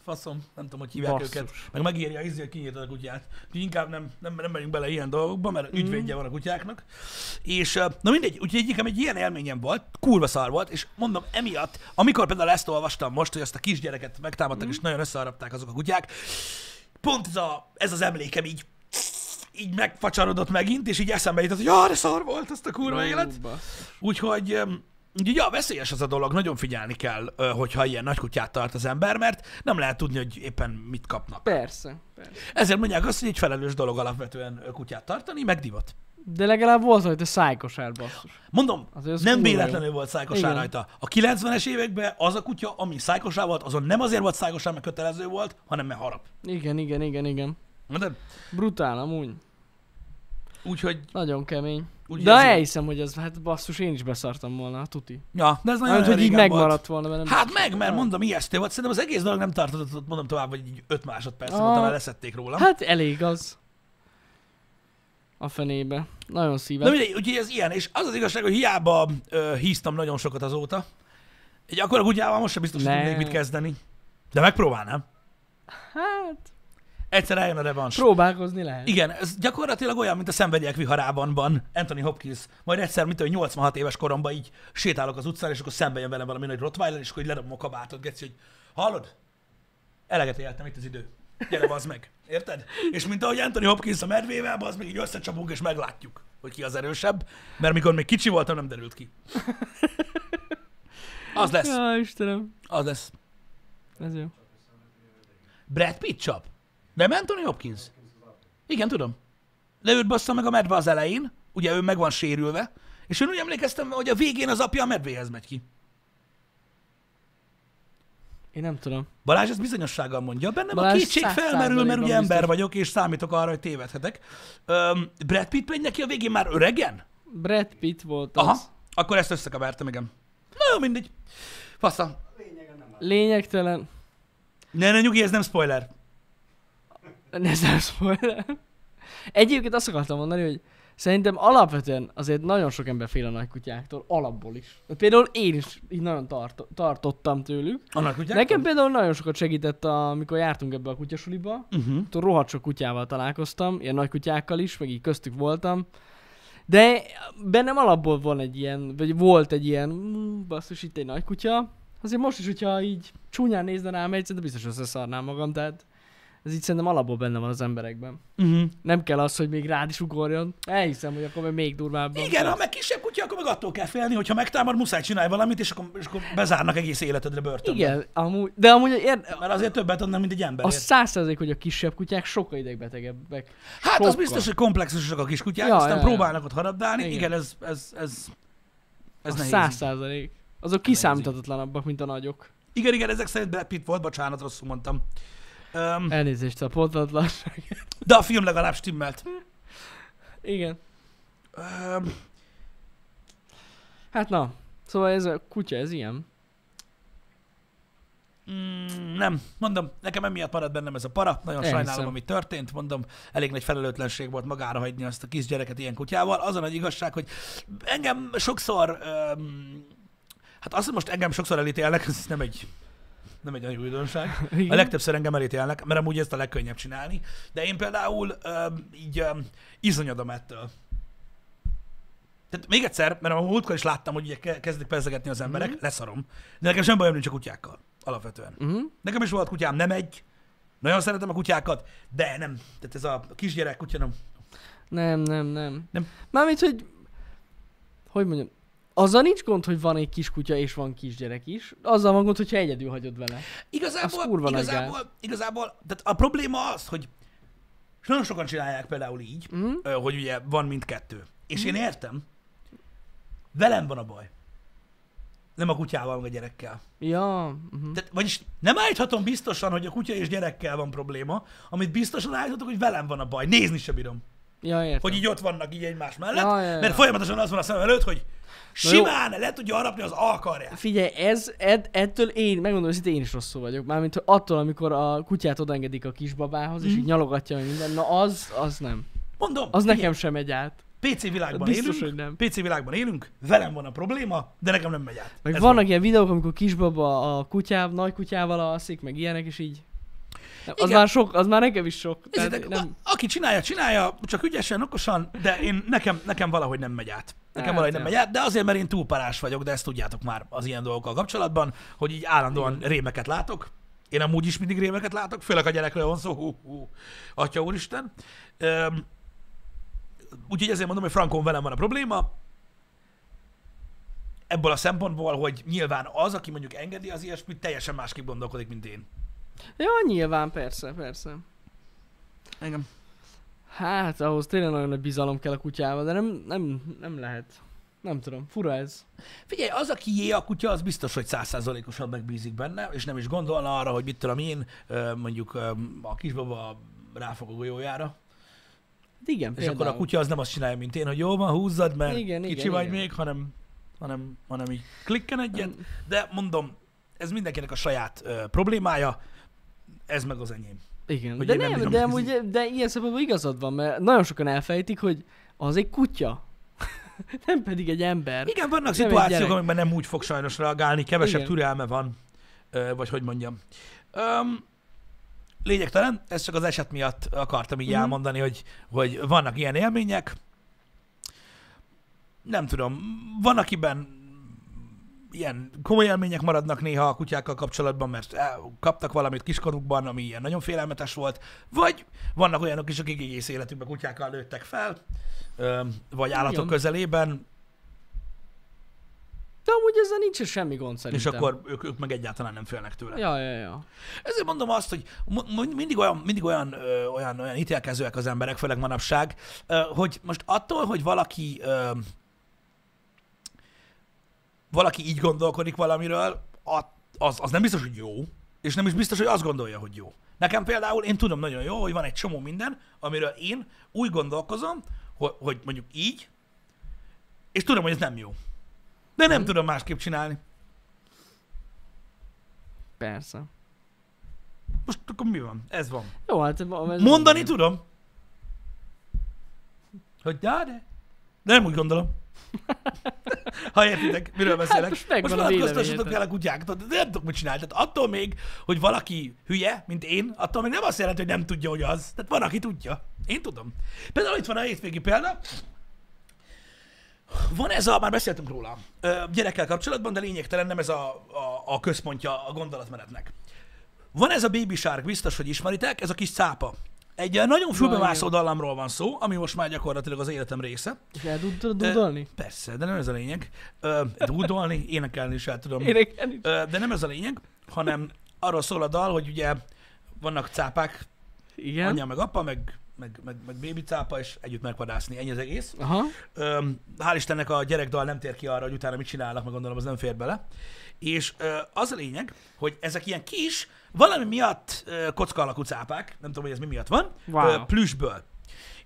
S1: Faszom, nem tudom, hogy hívják
S2: Basszus.
S1: őket. Meg megírja izzi, hogy kinyírtad a kutyát. Úgyhogy Inkább nem, nem, nem megyünk bele ilyen dolgokba,
S2: Mhm.
S1: mert mm. ügyvédje van a kutyáknak. És ö, na mindegy, úgyhogy egy- nekem egy ilyen élményem volt, kurva szar volt, és mondom, emiatt, amikor például ezt olvastam most, hogy azt a kisgyereket megtámadtak, mm.
S2: Mhm.
S1: és nagyon összeharapták azok a kutyák, pont ez, a, ez az emlékem így így megfacsarodott megint, és így eszembe jutott, hogy jaj, de szar volt azt a kurva
S2: Ú,
S1: élet.
S2: basszus.
S1: Úgyhogy, öm, úgyhogy ja, veszélyes az a dolog, nagyon figyelni kell, ö, hogyha ilyen nagy kutyát tart az ember, mert nem lehet tudni, hogy éppen mit kapnak.
S2: Persze, persze.
S1: Ezért mondják azt, hogy egy felelős dolog alapvetően ö, kutyát tartani, meg divat.
S2: De legalább volt rajta szájkosár, basszus.
S1: Mondom,
S2: Azért az
S1: nem
S2: kurva
S1: véletlenül volt szájkosár
S2: Igen.
S1: rajta. A 90-es években az a kutya, ami szájkosár volt, azon nem azért volt szájkosár, mert kötelező volt, hanem mert harap.
S2: Igen, igen, igen, igen.
S1: Mondod?
S2: Brutál amúgy.
S1: Úgyhogy,
S2: Nagyon kemény.
S1: Úgy
S2: Úgy de
S1: érzem.
S2: elhiszem, hogy ez, hát basszus, én is beszartam volna, tuti.
S1: ja, de ez nagyon
S2: Hát, hogy így
S1: régen volt.
S2: megmaradt volna velem.
S1: Hát meg, mert mondom, ijesztő volt. Szerintem az egész dolog nem tartott, mondom tovább, hogy így 5 másodperc,
S2: Ah.
S1: ah. talán leszették rólam.
S2: Hát elég az. A fenébe. Nagyon szíves.
S1: Na mindegy, úgyhogy ez ilyen, és az az igazság, hogy hiába ö, híztam nagyon sokat azóta, egy akkora kutyával most sem biztos, hogy
S2: Ne.
S1: tudnék mit kezdeni. De megpróbálnám.
S2: Hát,
S1: Egyszer eljön a revans.
S2: próbálkozni lehet.
S1: Igen, ez gyakorlatilag olyan, mint a szenvedélyek viharában van Anthony Hopkins. Majd egyszer, mint hogy 86 éves koromban így sétálok az utcán, és akkor szembe jön velem valami nagy Rottweiler, és akkor így ledobom a kabátot, geci, hogy hallod? Eleget éltem, itt az idő. Gyere, bazd meg. Érted? És mint ahogy Anthony Hopkins a medvével, az még így összecsapunk, és meglátjuk, hogy ki az erősebb, mert mikor még kicsi voltam, nem derült ki. Az lesz,
S2: Ja, Istenem.
S1: az lesz.
S2: Ez jó.
S1: Brad Pitt csap? Nem Anthony Hopkins? Igen, tudom. De őt bassza meg a medve az elején, ugye ő meg van sérülve, és én úgy emlékeztem, hogy a végén az apja a medvéhez megy ki.
S2: Én nem tudom.
S1: Balázs ezt bizonyossággal mondja, bennem Balázs a
S2: Balázs
S1: kétség
S2: száz
S1: felmerül, mert ugye
S2: százalékban
S1: ember
S2: biztos.
S1: vagyok, és számítok arra, hogy tévedhetek. Öm, Brad Pitt megy neki a végén már öregen?
S2: Brad Pitt volt az.
S1: Aha, akkor ezt összekavertem, igen. Na jó, mindegy. Fasza.
S2: Lényegtelen.
S1: Ne, ne nyugi, ez nem spoiler.
S2: Ne spoiler. Egyébként azt akartam mondani, hogy szerintem alapvetően azért nagyon sok ember fél a nagykutyáktól, alapból is. Például én is így nagyon tart- tartottam tőlük.
S1: Annak ugye?
S2: Nekem például nagyon sokat segített, amikor jártunk ebbe a kutyasuliba.
S1: Uh-huh.
S2: Ott rohadt sok kutyával találkoztam, ilyen nagy kutyákkal is, meg így köztük voltam. De bennem alapból van egy ilyen, vagy volt egy ilyen, "Mm, basszus, itt egy nagy kutya. Azért most is, hogyha így csúnyán nézne rám egyszer, de biztos összeszarnám magam, tehát ez így szerintem alapból benne van az emberekben.
S1: Uh-huh.
S2: Nem kell az, hogy még rád is ugorjon. Elhiszem, hogy akkor még durvábban.
S1: Igen, ha meg kisebb kutya, akkor meg attól kell félni, hogyha megtámad, muszáj csinálj valamit, és akkor, és akkor bezárnak egész életedre börtönbe.
S2: Igen, amúgy, de amúgy ér,
S1: Mert azért többet adnak, mint egy ember.
S2: a száz százalék, hogy a kisebb kutyák sokkal idegbetegebbek.
S1: Hát az
S2: sokkal.
S1: biztos, hogy komplexusak a kiskutyák, ja,
S2: Ja,
S1: aztán
S2: ja,
S1: ja,
S2: ja.
S1: próbálnak ott harabdálni. Igen,
S2: Igen.
S1: Igen ez, ez, ez, ez
S2: a
S1: nehéz.
S2: száz százalék. Azok kiszámíthatatlanabbak, mint a nagyok.
S1: Igen, igen, ezek szerint Brad Pitt volt, bocsánat, rosszul mondtam. Um,
S2: [laughs] Elnézést a pontatlan.
S1: de a film legalább stimmelt.
S2: Igen.
S1: Um,
S2: Hát na, szóval ez a kutya, ez ilyen.
S1: Mm, nem, mondom, nekem emiatt maradt bennem ez a para, nagyon
S2: Elhiszem.
S1: sajnálom, ami történt, mondom, elég nagy felelőtlenség volt magára hagyni azt a kisgyereket ilyen kutyával. Az a nagy igazság, hogy engem sokszor, öm, hát azt, hogy most engem sokszor elítélnek, ez nem egy, nem egy nagy újdonság. A legtöbbször engem elítélnek, mert amúgy ezt a legkönnyebb csinálni, de én például öm, így öm, izonyodom ettől. Tehát még egyszer, mert a múltkor is láttam, hogy ugye ke- kezdik perzegetni az emberek,
S2: Mhm.
S1: mm-hmm. leszarom. De nekem sem bajom nincs a kutyákkal, alapvetően.
S2: Uh-huh.
S1: Nekem is volt kutyám, nem egy. Nagyon szeretem a kutyákat, de nem. Tehát ez a kisgyerek kutya nem.
S2: Nem, nem, nem.
S1: Nem.
S2: Mármint, hogy... Hogy mondjam? Azzal nincs gond, hogy van egy kiskutya és van kisgyerek is. Azzal van gond, hogyha egyedül hagyod vele. Az
S1: Igazából,
S2: kurva nagy
S1: igazából, igazából, tehát a probléma az, hogy és nagyon sokan csinálják például így,
S2: Mm?
S1: ö, hogy ugye van mindkettő. És
S2: Mhm.
S1: én értem, velem van a baj. Nem a kutyával, meg a gyerekkel.
S2: Mhm. Ja. Uh-huh.
S1: Tehát, vagyis nem állíthatom biztosan, hogy a kutya és gyerekkel van probléma, amit biztosan állíthatok, hogy velem van a baj. Nézni se bírom.
S2: Ja, értem.
S1: hogy így ott vannak így egymás mellett,
S2: Ja, ja, ja.
S1: mert folyamatosan az van a szemem előtt, hogy simán le tudja arapni az alkarját.
S2: Figyelj, ez, ed, ettől én, megmondom, hogy én is rosszul vagyok. Mármint hogy attól, amikor a kutyát odaengedik a kisbabához, mm.
S1: Mhm.
S2: és így nyalogatja meg minden, na az, az nem.
S1: Mondom,
S2: Az
S1: figyelj,
S2: nekem sem megy át.
S1: PC világban
S2: Biztos,
S1: élünk,
S2: hogy nem.
S1: PC világban élünk, velem van a probléma, de nekem nem megy át.
S2: Meg
S1: Ez
S2: vannak
S1: van.
S2: ilyen videók, amikor kisbaba a kutyáv, nagy kutyával alszik, meg ilyenek, és így... Nem, az
S1: Igen.
S2: már sok, az már nekem is sok.
S1: Nézzétek,
S2: Tehát, nem,
S1: a- aki csinálja, csinálja, csak ügyesen, okosan, de én, nekem, nekem valahogy nem megy át. Nekem
S2: Hát,
S1: valahogy nem
S2: ja.
S1: megy át, de azért, mert én túlparás vagyok, de ezt tudjátok már az ilyen dolgokkal kapcsolatban, hogy így állandóan rémeket látok. Én amúgy is mindig rémeket látok, főleg a gyerekről van szó, hú, hú, atya úristen. Öm, Úgyhogy ezért mondom, hogy Frankon velem van a probléma. Ebből a szempontból, hogy nyilván az, aki mondjuk engedi az ilyesmit, teljesen másképp gondolkodik, mint én.
S2: ja, nyilván, persze, persze.
S1: Engem.
S2: Hát, ahhoz tényleg nagyon nagy bizalom kell a kutyával, de nem, nem, nem lehet. Nem tudom, fura ez.
S1: Figyelj, az, aki jé a kutya, az biztos, hogy százszázalékosan megbízik benne, és nem is gondolna arra, hogy mit tudom én, ö, mondjuk ö, a kisbaba ráfog a golyójára,
S2: Hát igen,
S1: és akkor a kutya az nem azt csinálja, mint én, hogy jó van, húzzad, mert igen, kicsi igen, vagy igen. még, hanem, hanem, hanem így klikken egyet.
S2: Nem.
S1: De mondom, ez mindenkinek a saját ö, problémája, ez meg az enyém.
S2: Igen,
S1: Hogy
S2: de
S1: én nem
S2: nem,
S1: bírom
S2: de,
S1: nézni.
S2: amúgy, de ilyen szempontból igazad van, mert nagyon sokan elfejtik, hogy az egy kutya. [laughs] nem pedig egy ember.
S1: Igen, vannak
S2: Nem egy
S1: szituációk,
S2: gyerek.
S1: amikben nem úgy fog sajnos reagálni, kevesebb
S2: Igen.
S1: türelme van, Ö, vagy hogy mondjam. Öm, lényegtelen, ezt csak az eset miatt akartam így
S2: Mhm.
S1: elmondani, hogy, hogy vannak ilyen élmények. Nem tudom, van akiben ilyen komoly élmények maradnak néha a kutyákkal kapcsolatban, mert el- kaptak valamit kiskorukban, ami ilyen nagyon félelmetes volt, vagy vannak olyanok is, akik egész életükben kutyákkal nőttek fel, öm, vagy állatok
S2: Igen.
S1: közelében,
S2: De amúgy ezzel nincs semmi gond
S1: És
S2: szerintem.
S1: akkor ők, ők meg egyáltalán nem félnek tőle. Ja.
S2: Ja, ja, ja.
S1: Ezért mondom azt, hogy mo- mo- mindig olyan, mindig olyan, ö, olyan, olyan ítélkezőek az emberek, főleg manapság, ö, hogy most attól, hogy valaki ö, valaki így gondolkodik valamiről, a- az, az nem biztos, hogy jó, és nem is biztos, hogy azt gondolja, hogy jó. Nekem például, én tudom nagyon jó, hogy van egy csomó minden, amiről én úgy gondolkozom, hogy, hogy mondjuk így, és tudom, hogy ez nem jó. De nem
S2: Mhm.
S1: tudom másképp csinálni.
S2: Persze.
S1: Most akkor mi van? Ez van.
S2: Jó, hát ez ez
S1: Mondani
S2: nem-
S1: tudom. Hogy de, de. De nem úgy gondolom.
S2: [laughs]
S1: ha értitek, miről beszélek.
S2: Hát most megvan a
S1: vonatkoztassatok el
S2: véleményed.
S1: a kutyákat, de nem tudok mit csinálni. Tehát attól még, hogy valaki hülye, mint én, attól még nem azt jelenti, hogy nem tudja, hogy az. Tehát van, aki tudja. Én tudom. Például itt van a hétvégi példa. Van ez a, már beszéltünk róla, ö, gyerekkel kapcsolatban, de lényegtelen nem ez a, a, a központja a gondolatmenetnek. Van ez a Baby Shark, biztos, hogy ismeritek, ez a kis cápa. Egy ilyen nagyon fülbevászó dallamról van szó, ami most már gyakorlatilag az életem része.
S2: És el tud tudod dudolni?
S1: Persze, de nem ez a lényeg. Ö, Dúdolni, énekelni is el tudom.
S2: Énekelni?
S1: Ö, De nem ez a lényeg, hanem arról szól a dal, hogy ugye vannak cápák,
S2: Igen.
S1: anya meg apa, meg, meg, meg, meg bébi cápa, és együtt megvadászni. Ennyi az egész.
S2: Aha.
S1: Öm, hál' Istennek a gyerekdal nem tér ki arra, hogy utána mit csinálnak, meg gondolom, az nem fér bele. És ö, az a lényeg, hogy ezek ilyen kis, valami miatt ö, kocka alakú cápák, nem tudom, hogy ez mi miatt van,
S2: Wow.
S1: plüsből.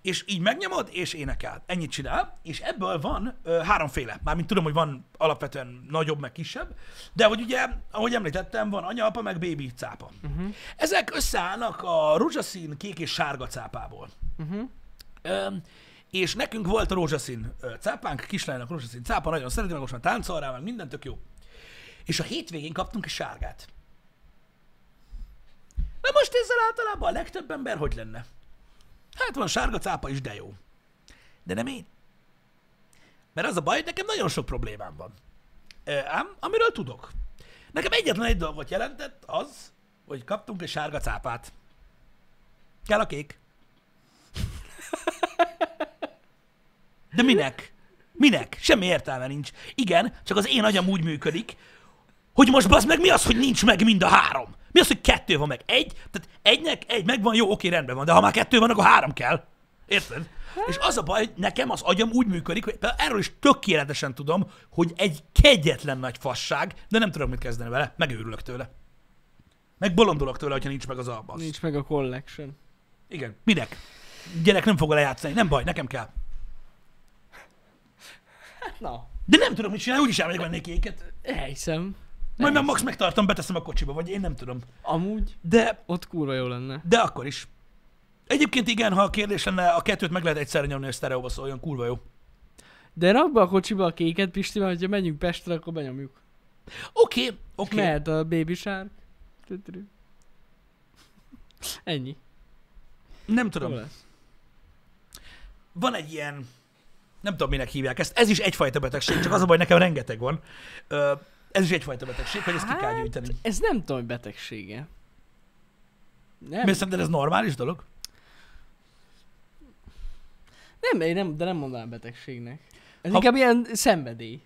S1: és így megnyomod, és énekel. Ennyit csinál, és ebből van ö, háromféle. Mármint tudom, hogy van alapvetően nagyobb, meg kisebb, de hogy ugye, ahogy említettem, van anya, apa, meg bébi cápa. Uh-huh. Ezek összeállnak a rózsaszín, kék és sárga cápából. Öm, és nekünk volt rózsaszín ö, cápánk, kislánynak rózsaszín cápa, nagyon szereti, meg most már táncol rá, meg minden tök jó. És a hétvégén kaptunk egy sárgát. Na most ezzel általában a legtöbb ember hogy lenne? Hát van sárga cápa is, de jó. De nem én. Mert az a baj, hogy nekem nagyon sok problémám van. Ö, Ám, amiről tudok. Nekem egyetlen egy dolgot jelentett az, hogy kaptunk egy sárga cápát. Kell a kék. De minek? Minek? Semmi értelme nincs. Igen, csak az én agyam úgy működik, hogy most bazd meg mi az, hogy nincs meg mind a három? Mi az, hogy kettő van meg? Egy? Tehát egynek egy megvan, jó, oké, rendben van, de ha már kettő van, akkor három kell. Érted? És az a baj, hogy nekem az agyam úgy működik, hogy például erről is tökéletesen tudom, hogy egy kegyetlen nagy fasság, de nem tudok mit kezdeni vele, megőrülök tőle. Meg bolondulok tőle, hogyha nincs meg az albasz.
S2: Nincs meg a collection.
S1: Igen. Minek? Gyerek nem fog lejátszani, nem baj, nekem kell.
S2: Na,
S1: De nem tudom, mit csinálni, úgyis elmegyek venni kéket.
S2: elhiszem.
S1: Majd már max megtartom, beteszem a kocsiba, vagy én nem tudom.
S2: Amúgy
S1: De,
S2: ott kurva jó lenne.
S1: de akkor is. Egyébként igen, ha a kérdés lenne, a kettőt meg lehet egyszerre nyomni, hogy sztereóba szóljon, kurva jó.
S2: De rakd be a kocsiba a kéket, Pisti, mert ha megyünk Pestre, akkor benyomjuk.
S1: Oké, oké.
S2: Okay. Mehet a baby sárk. Tüdrü. Ennyi.
S1: Nem
S2: Jó
S1: tudom.
S2: lesz.
S1: Van egy ilyen, nem tudom minek hívják ezt, ez is egyfajta betegség, csak az a baj, nekem rengeteg van. Ö, ez is egyfajta betegség, hogy ezt ki kell
S2: Hát,
S1: gyűjteni.
S2: Ez nem tudom, hogy betegsége. Nem,
S1: Miért szerinted ez normális dolog?
S2: nem, én nem, de nem mondanám betegségnek. Ez
S1: Ha-
S2: ha... inkább ilyen szenvedély.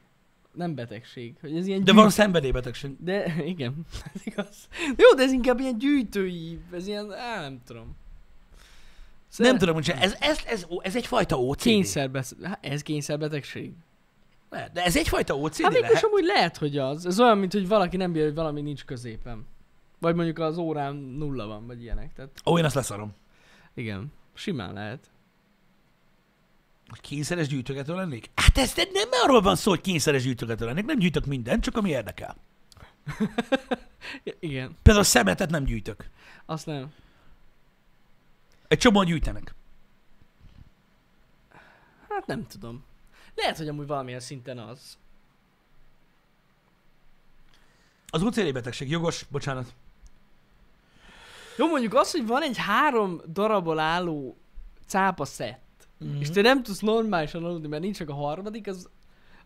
S2: Nem betegség. Hogy ez ilyen
S1: De
S2: gyűjt-
S1: van szenvedélybetegség.
S2: De [laughs] igen, ez igaz. Jó, de ez inkább ilyen gyűjtői, ez ilyen, á, nem tudom.
S1: Nem tudom, hogy ez, ez, ez, ez egyfajta OCD.
S2: Kényszerbesz... Szóval Hát, ez kényszerbetegség.
S1: Lehet, De ez egyfajta OCD
S2: Hát
S1: lehet.
S2: végülis amúgy lehet, hogy az. Ez olyan, mint hogy valaki nem bírja, hogy valami nincs középen. Vagy mondjuk az órám nulla van, vagy ilyenek. Tehát
S1: Ó, én azt leszarom.
S2: igen, simán lehet.
S1: Hogy kényszeres gyűjtögető lennék? Hát ez de nem arról van szó, hogy kényszeres gyűjtögető lennék. Nem gyűjtök mindent, csak ami érdekel.
S2: I- igen,
S1: Például szemetet nem gyűjtök.
S2: azt nem.
S1: Egy csomóan gyűjtenek.
S2: Hát nem tudom. Lehet, hogy amúgy valamilyen szinten az.
S1: Az OCD betegség jogos, bocsánat.
S2: Jó, mondjuk az, hogy van egy három darabból álló cápa szett,
S1: Mhm.
S2: mm-hmm. és te nem tudsz normálisan aludni, mert nincs csak a harmadik, az,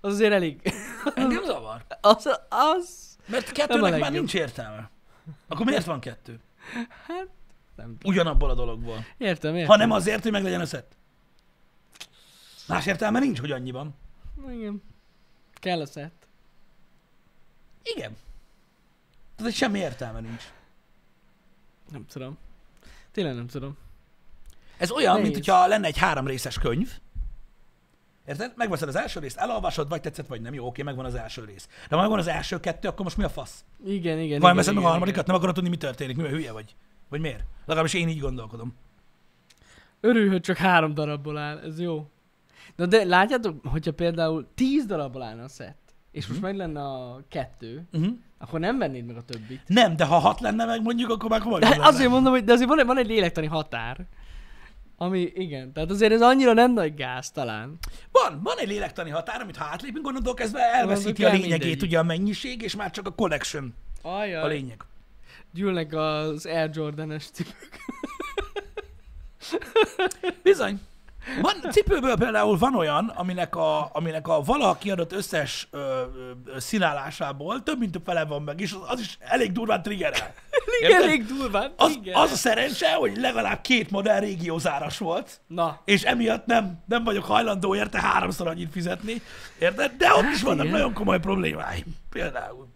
S2: az azért elég...
S1: Engem zavar.
S2: az, az...
S1: Mert
S2: Nem a
S1: kettőnek már
S2: legjobb.
S1: nincs értelme. Akkor miért van kettő?
S2: Hát, Nem tudom.
S1: Ugyanabból a dologból.
S2: Értem, értem.
S1: Ha nem azért, hogy meglegyen a szett. Más értelme nincs, hogy annyiban.
S2: Igen. Kell a szett.
S1: Igen. Tehát hogy semmi értelme nincs.
S2: Nem tudom. Tényleg nem tudom.
S1: Ez olyan, Nehéz.
S2: Nehéz.
S1: mint hogyha lenne egy három részes könyv. Érted? Megveszed az első részt, elolvasod, vagy tetszett, vagy nem. Jó, oké, megvan az első rész. De ha megvan az első kettő, akkor most mi a fasz?
S2: Igen, igen.
S1: Vajon
S2: igen,
S1: veszed meg a
S2: igen,
S1: harmadikat, nem akarod tudni, mi történik, mivel hülye vagy. Vagy miért? Legalábbis én így gondolkodom.
S2: Igen. Örül, hogy csak három darabból áll, ez jó. Na de látjátok, hogyha például tíz darabból állna a szett, és
S1: Mhm.
S2: most meg lenne a kettő,
S1: Uh-huh.
S2: akkor nem vennéd meg a többit.
S1: Nem, de ha hat lenne meg mondjuk, akkor már komoly
S2: De
S1: lenne.
S2: azért mondom, hogy de azért van, egy- van egy lélektani határ. Ami, igen, tehát azért ez annyira nem nagy gáz talán.
S1: Van, van egy lélektani határ, amit ha átlépünk, onnantól kezdve elveszíti a
S2: kell
S1: lényegét,
S2: mindegyik.
S1: ugye a mennyiség, és már csak a collection a
S2: Ajaj.
S1: lényeg.
S2: Gyűlnek az Air Jordan-es cipők.
S1: Bizony. Van, cipőből például van olyan, aminek a, aminek a valaha kiadott összes ö, ö, ö, színálásából több mint a fele van meg, és az, az is elég durván triggerel.
S2: Igen,
S1: Érted?
S2: elég durván.
S1: Az,
S2: igen.
S1: az a szerencse, hogy legalább két modell régiózáras volt,
S2: Na,
S1: és emiatt nem, nem vagyok hajlandó érte háromszor annyit fizetni, érted? De ott is vannak
S2: Hát igen.
S1: nagyon komoly problémái, például.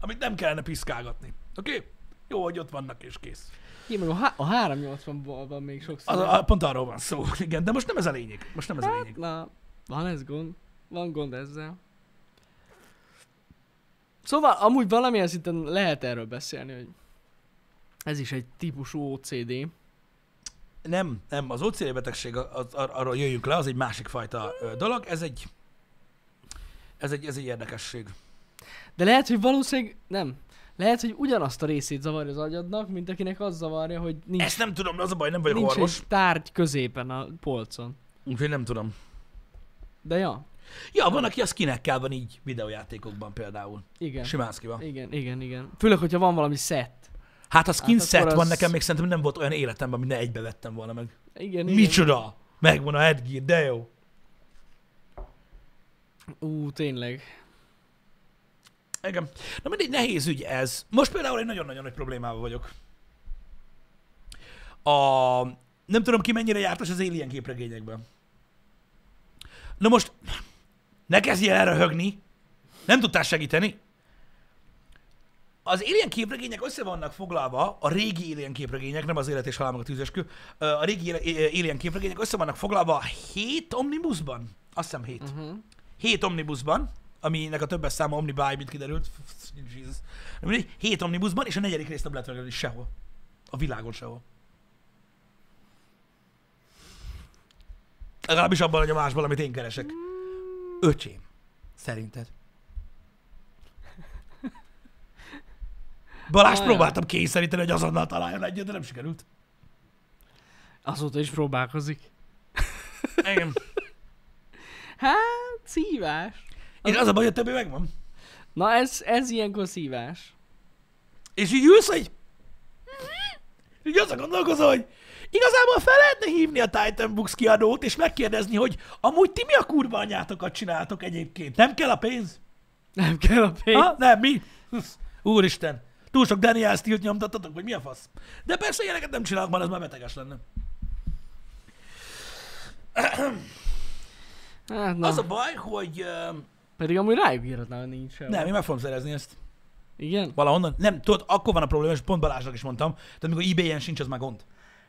S1: Amit nem kellene piszkálgatni. Oké? Okay? Jó, hogy ott vannak, és kész.
S2: Ki meg a, há- a 380-ban van még sokszor.
S1: Az, a, pont arról van szó, igen, de most nem ez a lényeg. Most nem ez a lényeg.
S2: Na, van ez gond? Van gond ezzel. Szóval amúgy valamilyen szinten lehet erről beszélni, hogy ez is egy típusú OCD.
S1: Nem, nem, az OCD betegség, az, az, ar- arról jöjjünk le, az egy másik fajta ö, dolog, ez egy, ez egy, ez egy érdekesség.
S2: De lehet, hogy valószínűleg nem. Lehet, hogy ugyanazt a részét zavarja az agyadnak, mint akinek az zavarja, hogy nincs,
S1: Ezt nem tudom, de az a baj, nem vagyok
S2: nincs
S1: orvos,
S2: egy tárgy középen a polcon.
S1: úgyhogy nem tudom.
S2: De ja,
S1: Ja, van, aki a skinekkel van így videójátékokban például.
S2: igen.
S1: Simánszkiban.
S2: Igen, igen, igen. Főleg, hogyha van valami set.
S1: Hát a skin
S2: Hát
S1: set
S2: akkor
S1: van
S2: az-
S1: nekem, még szerintem nem volt olyan életemben, amit ne egybe vettem volna meg.
S2: Igen, igen.
S1: Micsoda! Megvan a headgear, de jó.
S2: Ú, tényleg.
S1: Igen. Na mindegy, nehéz ügy ez. Most például egy nagyon-nagyon nagy problémával vagyok. A... Nem tudom ki mennyire jártas az Alien képregényekben. Na most, ne kezdj el röhögni. Nem tudtál segíteni. Az Alien képregények össze vannak foglalva, a régi Alien képregények, nem az élet és halál meg a tűzeskő, ö, a régi Alien- Alien képregények össze vannak foglalva hét omnibusban. Azt hiszem hét
S2: Uh-huh.
S1: hét omnibusban, aminek a többes száma omnibuy, mint kiderült, Jesus. Nem mindegy, hét omnibusban, és a negyedik rész nem lehet megölni sehol. A világon sehol. Legalábbis abban a nyomásban, amit én keresek. Öcsém. Szerinted? Balázs
S2: Ajaj.
S1: próbáltam kényszeríteni, hogy azonnal találjon egyet, de nem sikerült.
S2: Azóta is próbálkozik.
S1: Igen.
S2: Hát, szívás.
S1: És az a baj, hogy a többi megvan.
S2: Na ez, ez ilyenkor szívás.
S1: És így ülsz, hogy... Így azon gondolkozol, hogy igazából fel lehetne hívni a Titan Books kiadót, és megkérdezni, hogy amúgy ti mi a kurva anyátokat csináltok egyébként? Nem kell a pénz?
S2: Nem kell a pénz.
S1: Ha? Nem, mi? Husz, Úristen, túl sok Daniel Steele-t nyomtattatok, vagy mi a fasz? De persze ilyeneket nem csinálok, mert az már beteges lenne.
S2: Hát na,
S1: Na. Az
S2: a...
S1: a baj, hogy... Uh,
S2: pedig amúgy rájuk írhatnál, hogy nincs sehol.
S1: nem, én meg fogom szerezni ezt.
S2: Igen?
S1: Valahonnan. Nem, tudod, akkor van a probléma, és pont Balázsnak is mondtam, tehát amikor IBN sincs, az már gond.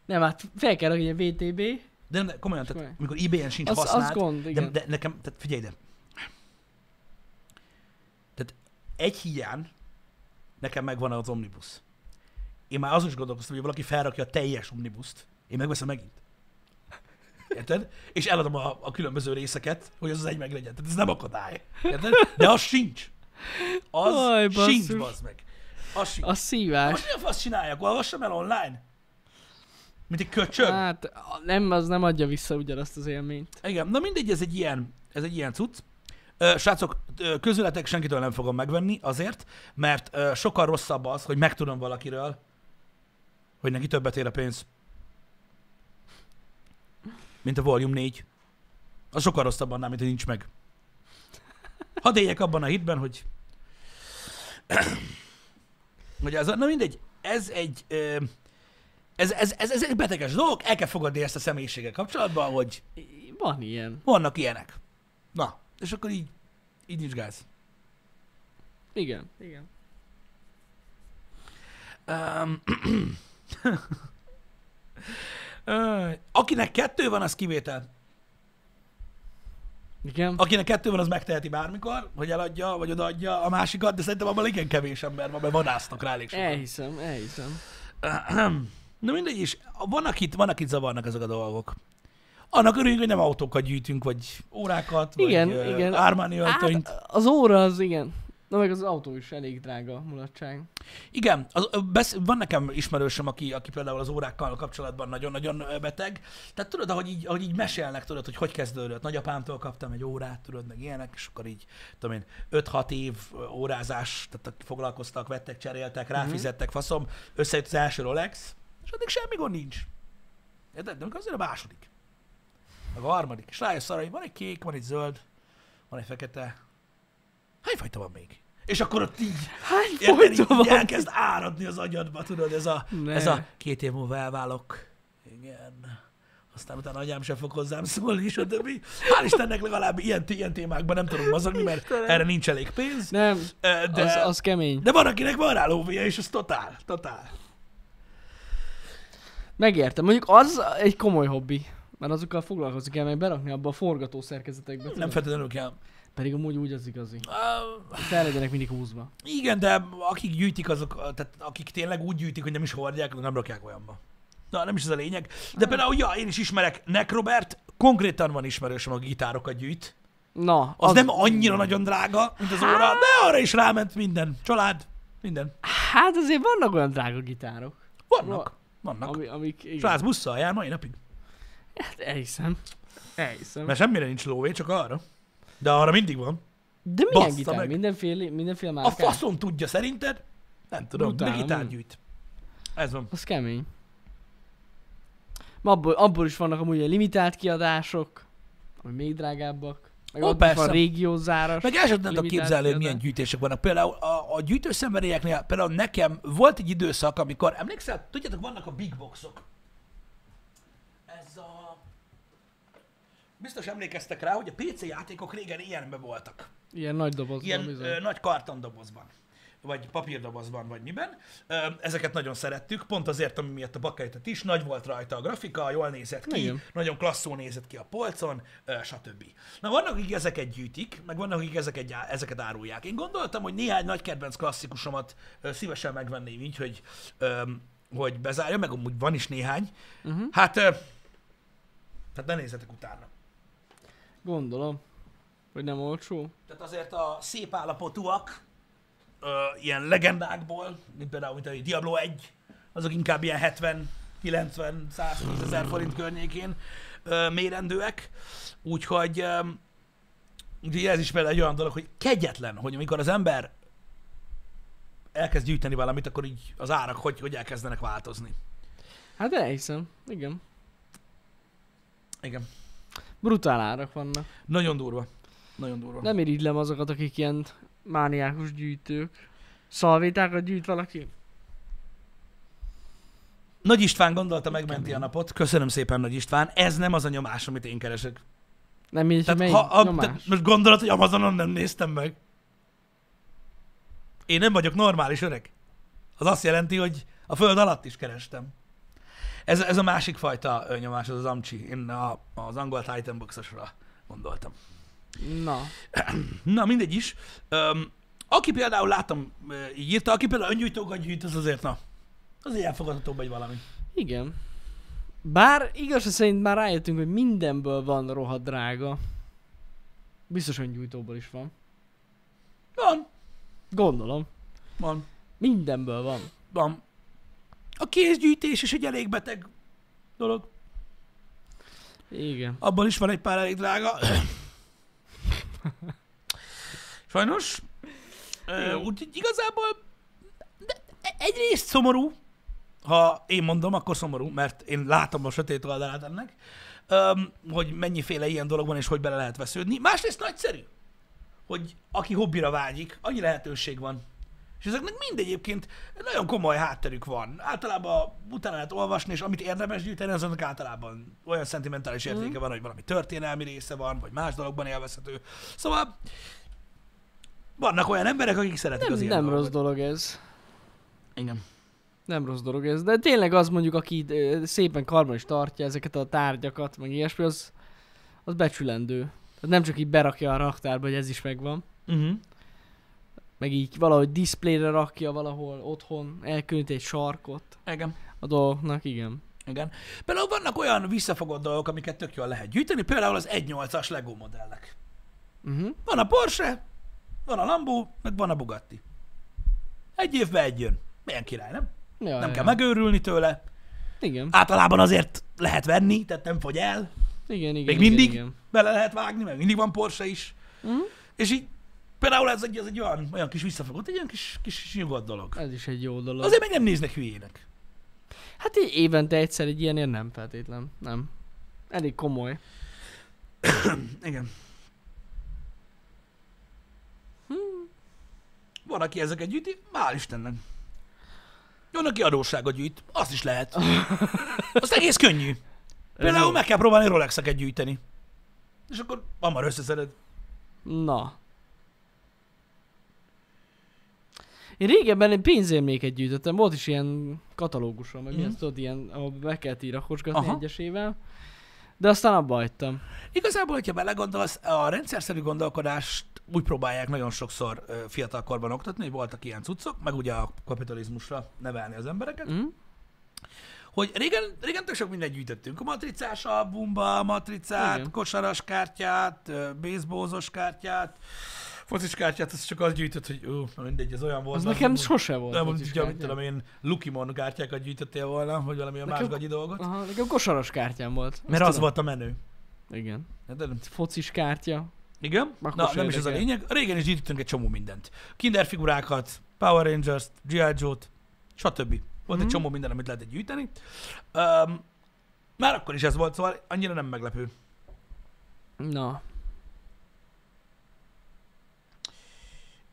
S2: Nem, hát fel kell rakni egy VTB.
S1: De nem, de komolyan,
S2: Komolyan.
S1: tehát amikor IBN sincs
S2: Az,
S1: használt,
S2: az gond,
S1: De,
S2: igen.
S1: de nekem, tehát figyelj ide. Tehát egy hiány, nekem megvan az omnibus. Én már azon is gondolkoztam, hogy valaki felrakja a teljes omnibuszt, én megveszem megint. Érted? És eladom a, a különböző részeket, hogy az az egy meglegyen. Tehát ez nem akadály. Érted? De az sincs. Az
S2: Aj, basszus.
S1: sincs, bazd meg. Az sincs.
S2: A szívás.
S1: Most mi a fasz csináljak? Olvassam el online? Mint egy köcsög?
S2: Hát a- nem, az nem adja vissza ugyanazt az élményt.
S1: Igen, na mindegy, ez egy ilyen, ez egy ilyen cucc. Ö, Srácok, ö, közületek senkitől nem fogom megvenni azért, mert ö, sokkal rosszabb az, hogy megtudom valakiről, hogy neki többet ér a pénz. Mint a Volume 4. Az sokkal rosszabb annál, mint hogy nincs meg. Hadd éljek abban a hitben, hogy... hogy ez, a- na mindegy, ez egy... ö, Ez, ez, ez, ez egy beteges dolog, el kell fogadni ezt a személyiséggel kapcsolatban, hogy
S2: I- Van ilyen.
S1: vannak ilyenek. Na, és akkor így, így nincs gáz.
S2: Igen. Igen.
S1: Um, akinek kettő van, az kivétel.
S2: Igen.
S1: Akinek kettő van, az megteheti bármikor, hogy eladja, vagy odaadja a másikat, de szerintem abban igen kevés ember van, mert vadásznak rá elég sokan.
S2: Elhiszem, elhiszem.
S1: Na mindegy is, van akit, van akit zavarnak ezek a dolgok. Annak örüljünk, hogy nem autókat gyűjtünk, vagy órákat,
S2: Igen,
S1: vagy
S2: igen.
S1: Uh, Armani öltönyt.
S2: Hát, az óra az igen. Na meg az autó is elég drága mulatság.
S1: Igen, az, ö, besz, van nekem ismerősöm, aki, aki például az órákkal kapcsolatban nagyon-nagyon ö, beteg. Tehát tudod, ahogy így, ahogy így mesélnek, tudod, hogy hogy kezdődött. Nagyapámtól kaptam egy órát, tudod, meg ilyenek, és akkor így, tudom én, 5-6 év ö, órázás, tehát akik foglalkoztak, vettek, cseréltek, ráfizettek, faszom, összejött az első Rolex, és addig semmi gond nincs. Érted? De amikor azért a második, meg a harmadik, és rájössz arra, hogy van egy kék, van egy zöld, van egy fekete. Hány fajta van még? És akkor ott így,
S2: Hány
S1: Érted?
S2: fajta
S1: Így,
S2: van?
S1: így elkezd áradni az agyadba, tudod, ez a,
S2: Ne.
S1: ez a két év múlva elválok. Igen. Aztán utána anyám sem fog hozzám szólni, és a többi. Hál' Istennek legalább ilyen, ilyen témákban nem tudom mozogni, mert
S2: Istenem.
S1: erre nincs elég pénz.
S2: Nem,
S1: Ö,
S2: de...
S1: De,
S2: az, az kemény.
S1: de van, akinek van rá lóvéja, és ez totál, totál.
S2: Megértem. Mondjuk az egy komoly hobbi. Mert azokkal foglalkozni kell, meg berakni abba a forgatószerkezetekbe.
S1: Nem
S2: Nem
S1: feltétlenül kell.
S2: Pedig amúgy úgy az igazi.
S1: Ö,
S2: Fel legyenek mindig húzva.
S1: Igen, de akik gyűjtik, azok, tehát akik tényleg úgy gyűjtik, hogy nem is hordják, azok nem rakják olyanba. Na, nem is ez a lényeg. De például, ja, én is ismerek Nekrobert, konkrétan van ismerősöm, aki gitárokat gyűjt.
S2: Na,
S1: Az, az nem annyira nagyon drága, mint az óra, de arra is ráment minden. Család, minden.
S2: Hát azért vannak olyan drága gitárok,
S1: Vannak, vannak.
S2: ami, amik... Igen.
S1: Srác busszal jár mai napig.
S2: Hát elhiszem. Elhiszem.
S1: Mert semmire nincs lóvé, csak arra. De arra mindig van.
S2: De milyen
S1: Bassza
S2: gitár?
S1: meg.
S2: Mindenféle, mindenféle
S1: A
S2: márkás?
S1: faszon tudja szerinted? Nem tudom, de
S2: Utána,
S1: gitár
S2: nem.
S1: gyűjt. Ez van.
S2: Az kemény. Ma Abból, abból is vannak amúgy ilyen limitált kiadások, ami még drágábbak. Meg
S1: Ó,
S2: ott is van
S1: persze.
S2: régiózáras.
S1: Meg el sem tudom
S2: limitált
S1: képzelni, hogy
S2: kiadás.
S1: milyen gyűjtések vannak. Például a, a gyűjtőszenvedélyeknél, például nekem volt egy időszak, amikor, emlékszel, tudjátok, vannak a big boxok. Ez a... Biztos emlékeztek rá, hogy a PC játékok régen ilyenben voltak.
S2: Ilyen nagy dobozban
S1: Ilyen
S2: bizony.
S1: ö, nagy kartondobozban, vagy papírdobozban, vagy miben. Ö, ezeket nagyon szerettük, pont azért, ami miatt a bakkelyetet is. Nagy volt rajta a grafika, jól nézett ki,
S2: Igen. nagyon
S1: klasszul nézett ki a polcon, ö, stb. Na vannak, akik ezeket gyűjtik, meg vannak, akik ezeket, á- ezeket árulják. Én gondoltam, hogy néhány nagy kedvenc klasszikusomat ö, szívesen megvenném így, hogy, ö, hogy bezárja, meg amúgy van is néhány.
S2: Mhm.
S1: Uh-huh. Hát, ö, hát ne nézzetek utána.
S2: Gondolom. Vagy nem olcsó.
S1: Tehát azért a szép állapotúak, ö, ilyen legendákból, mint például mint a Diablo 1, azok inkább ilyen 70, 90, 110 ezer forint környékén ö, mérendőek. Úgyhogy, ö, úgyhogy ez is például egy olyan dolog, hogy kegyetlen, hogy amikor az ember elkezd gyűjteni valamit, akkor így az árak hogy, hogy elkezdenek változni.
S2: Hát elhiszem. Igen.
S1: Igen.
S2: Brutál árak vannak.
S1: Nagyon durva. Nagyon durva.
S2: Nem irigylem azokat, akik ilyen mániákus gyűjtők. Szalvétákat gyűjt valaki?
S1: Nagy István gondolta, megmenti a napot. Köszönöm szépen, Nagy István. Ez nem az a nyomás, amit én keresek.
S2: Nem mindegy, hogy
S1: Tehát,
S2: melyik
S1: ha,
S2: ha,
S1: a, te,
S2: nyomás.
S1: most gondolod, hogy Amazonon nem néztem meg? Én nem vagyok normális öreg. Az azt jelenti, hogy a föld alatt is kerestem. Ez, ez a másik fajta ö, nyomás, az az amcsi. Én a, az angol Titan boxosra gondoltam.
S2: Na.
S1: Na, mindegy is. Öm, aki például láttam, ö, így írta, aki például öngyújtókat gyűjt, az azért, na, azért elfogadható vagy valami.
S2: Igen. Bár igazság szerint már rájöttünk, hogy mindenből van rohadt drága. Biztos öngyújtóból is van.
S1: Van,
S2: Gondolom.
S1: van,
S2: Mindenből van.
S1: van. A kézgyűjtés is egy elég beteg dolog.
S2: Igen.
S1: Abból is van egy pár elég drága. Sajnos. Ö, Úgyhogy igazából de egyrészt szomorú, ha én mondom, akkor szomorú, mert én látom a sötét oldalát ennek, öm, hogy mennyiféle ilyen dolog van, és hogy bele lehet vesződni. Másrészt nagyszerű, hogy aki hobbira vágyik, annyi lehetőség van. És ezeknek mind egyébként nagyon komoly hátterük van. Általában utána lehet olvasni, és amit érdemes gyűjteni, azonnak általában olyan szentimentális
S2: Mhm.
S1: értéke van, hogy valami történelmi része van, vagy más dologban élvezhető. Szóval vannak olyan emberek, akik szeretik
S2: Nem,
S1: az ilyen
S2: nem
S1: dolgokat.
S2: rossz dolog ez.
S1: Igen.
S2: Nem rossz dolog ez. De tényleg az mondjuk, aki ö, szépen karban is tartja ezeket a tárgyakat, meg ilyesmi, az, az becsülendő. Tehát nem csak így berakja a raktárba, hogy ez is megvan.
S1: Uh-huh.
S2: Meg így valahogy displayre rakja valahol otthon, elkülönít egy sarkot
S1: Igen.
S2: a dolgoknak, igen.
S1: Igen. Például vannak olyan visszafogott dolgok, amiket tök jól lehet gyűjteni, például az 1.8-as Lego modellek.
S2: Uh-huh.
S1: Van a Porsche, van a Lambo, meg van a Bugatti. Egy évben egy jön. Milyen király, nem?
S2: Ja,
S1: Nem
S2: ja.
S1: kell megőrülni tőle.
S2: Igen.
S1: Általában azért lehet venni, tehát nem fogy el.
S2: Igen, igen.
S1: Még
S2: igen,
S1: mindig
S2: Igen.
S1: bele lehet vágni, mert mindig van Porsche is.
S2: Mhm.
S1: És így például ez egy, ez egy olyan, olyan kis visszafogott, egy olyan kis, kis, kis nyugodt dolog.
S2: Ez is egy jó dolog.
S1: Azért meg nem néznek hülyének.
S2: Hát így évente egyszer egy ilyenért nem feltétlen. Nem. Elég komoly.
S1: Igen. Hm. Van, aki ezeket gyűjti, hál' Istennek. Van, aki adósságot gyűjt, azt is lehet. Az egész könnyű. Például
S2: jó.
S1: meg kell próbálni Rolexeket gyűjteni. És akkor hamar összeszeded.
S2: Na. Én régebben egy pénzérméket gyűjtöttem, volt is ilyen katalógusom, meg mm.
S1: Mhm.
S2: mi azt tudod, ilyen, ahol be kellett így rakosgatni
S1: Aha.
S2: egyesével. De aztán abba hagytam.
S1: Igazából, hogyha belegondolsz, a rendszerszerű gondolkodást úgy próbálják nagyon sokszor ö, fiatalkorban oktatni, hogy voltak ilyen cuccok, meg ugye a kapitalizmusra nevelni az embereket.
S2: Mm?
S1: hogy régen, régen tök sok mindent gyűjtöttünk. A matricás albumba, a matricát,
S2: Igen.
S1: Igen. kosaras kártyát, ö, baseballzos kártyát, focis kártyát, azt csak azt gyűjtött, hogy ú, na mindegy, ez olyan volt.
S2: Az
S1: már,
S2: nekem
S1: hogy-
S2: sose volt.
S1: Nem,
S2: focis
S1: hogy ugye, mit
S2: kártyám.
S1: tudom én, Lukimon kártyákat gyűjtöttél volna, vagy valami a
S2: Nekem-
S1: más gagyi dolgot.
S2: Aha, nekem kosaras kártyám volt. Azt
S1: Mert az
S2: tudom. Hát,
S1: volt a menő.
S2: Igen.
S1: Érted?
S2: Focis kártya.
S1: Igen?
S2: Akkor
S1: Na,
S2: se
S1: nem is ez a
S2: érdekel.
S1: lényeg. Régen is gyűjtöttünk egy csomó mindent. Kinderfigurákat, Power Rangers-t, G.I. Joe-t, stb. Volt
S2: Mhm.
S1: egy csomó minden, amit lehetett gyűjteni. Um, már akkor is ez volt, szóval annyira nem meglepő.
S2: Na.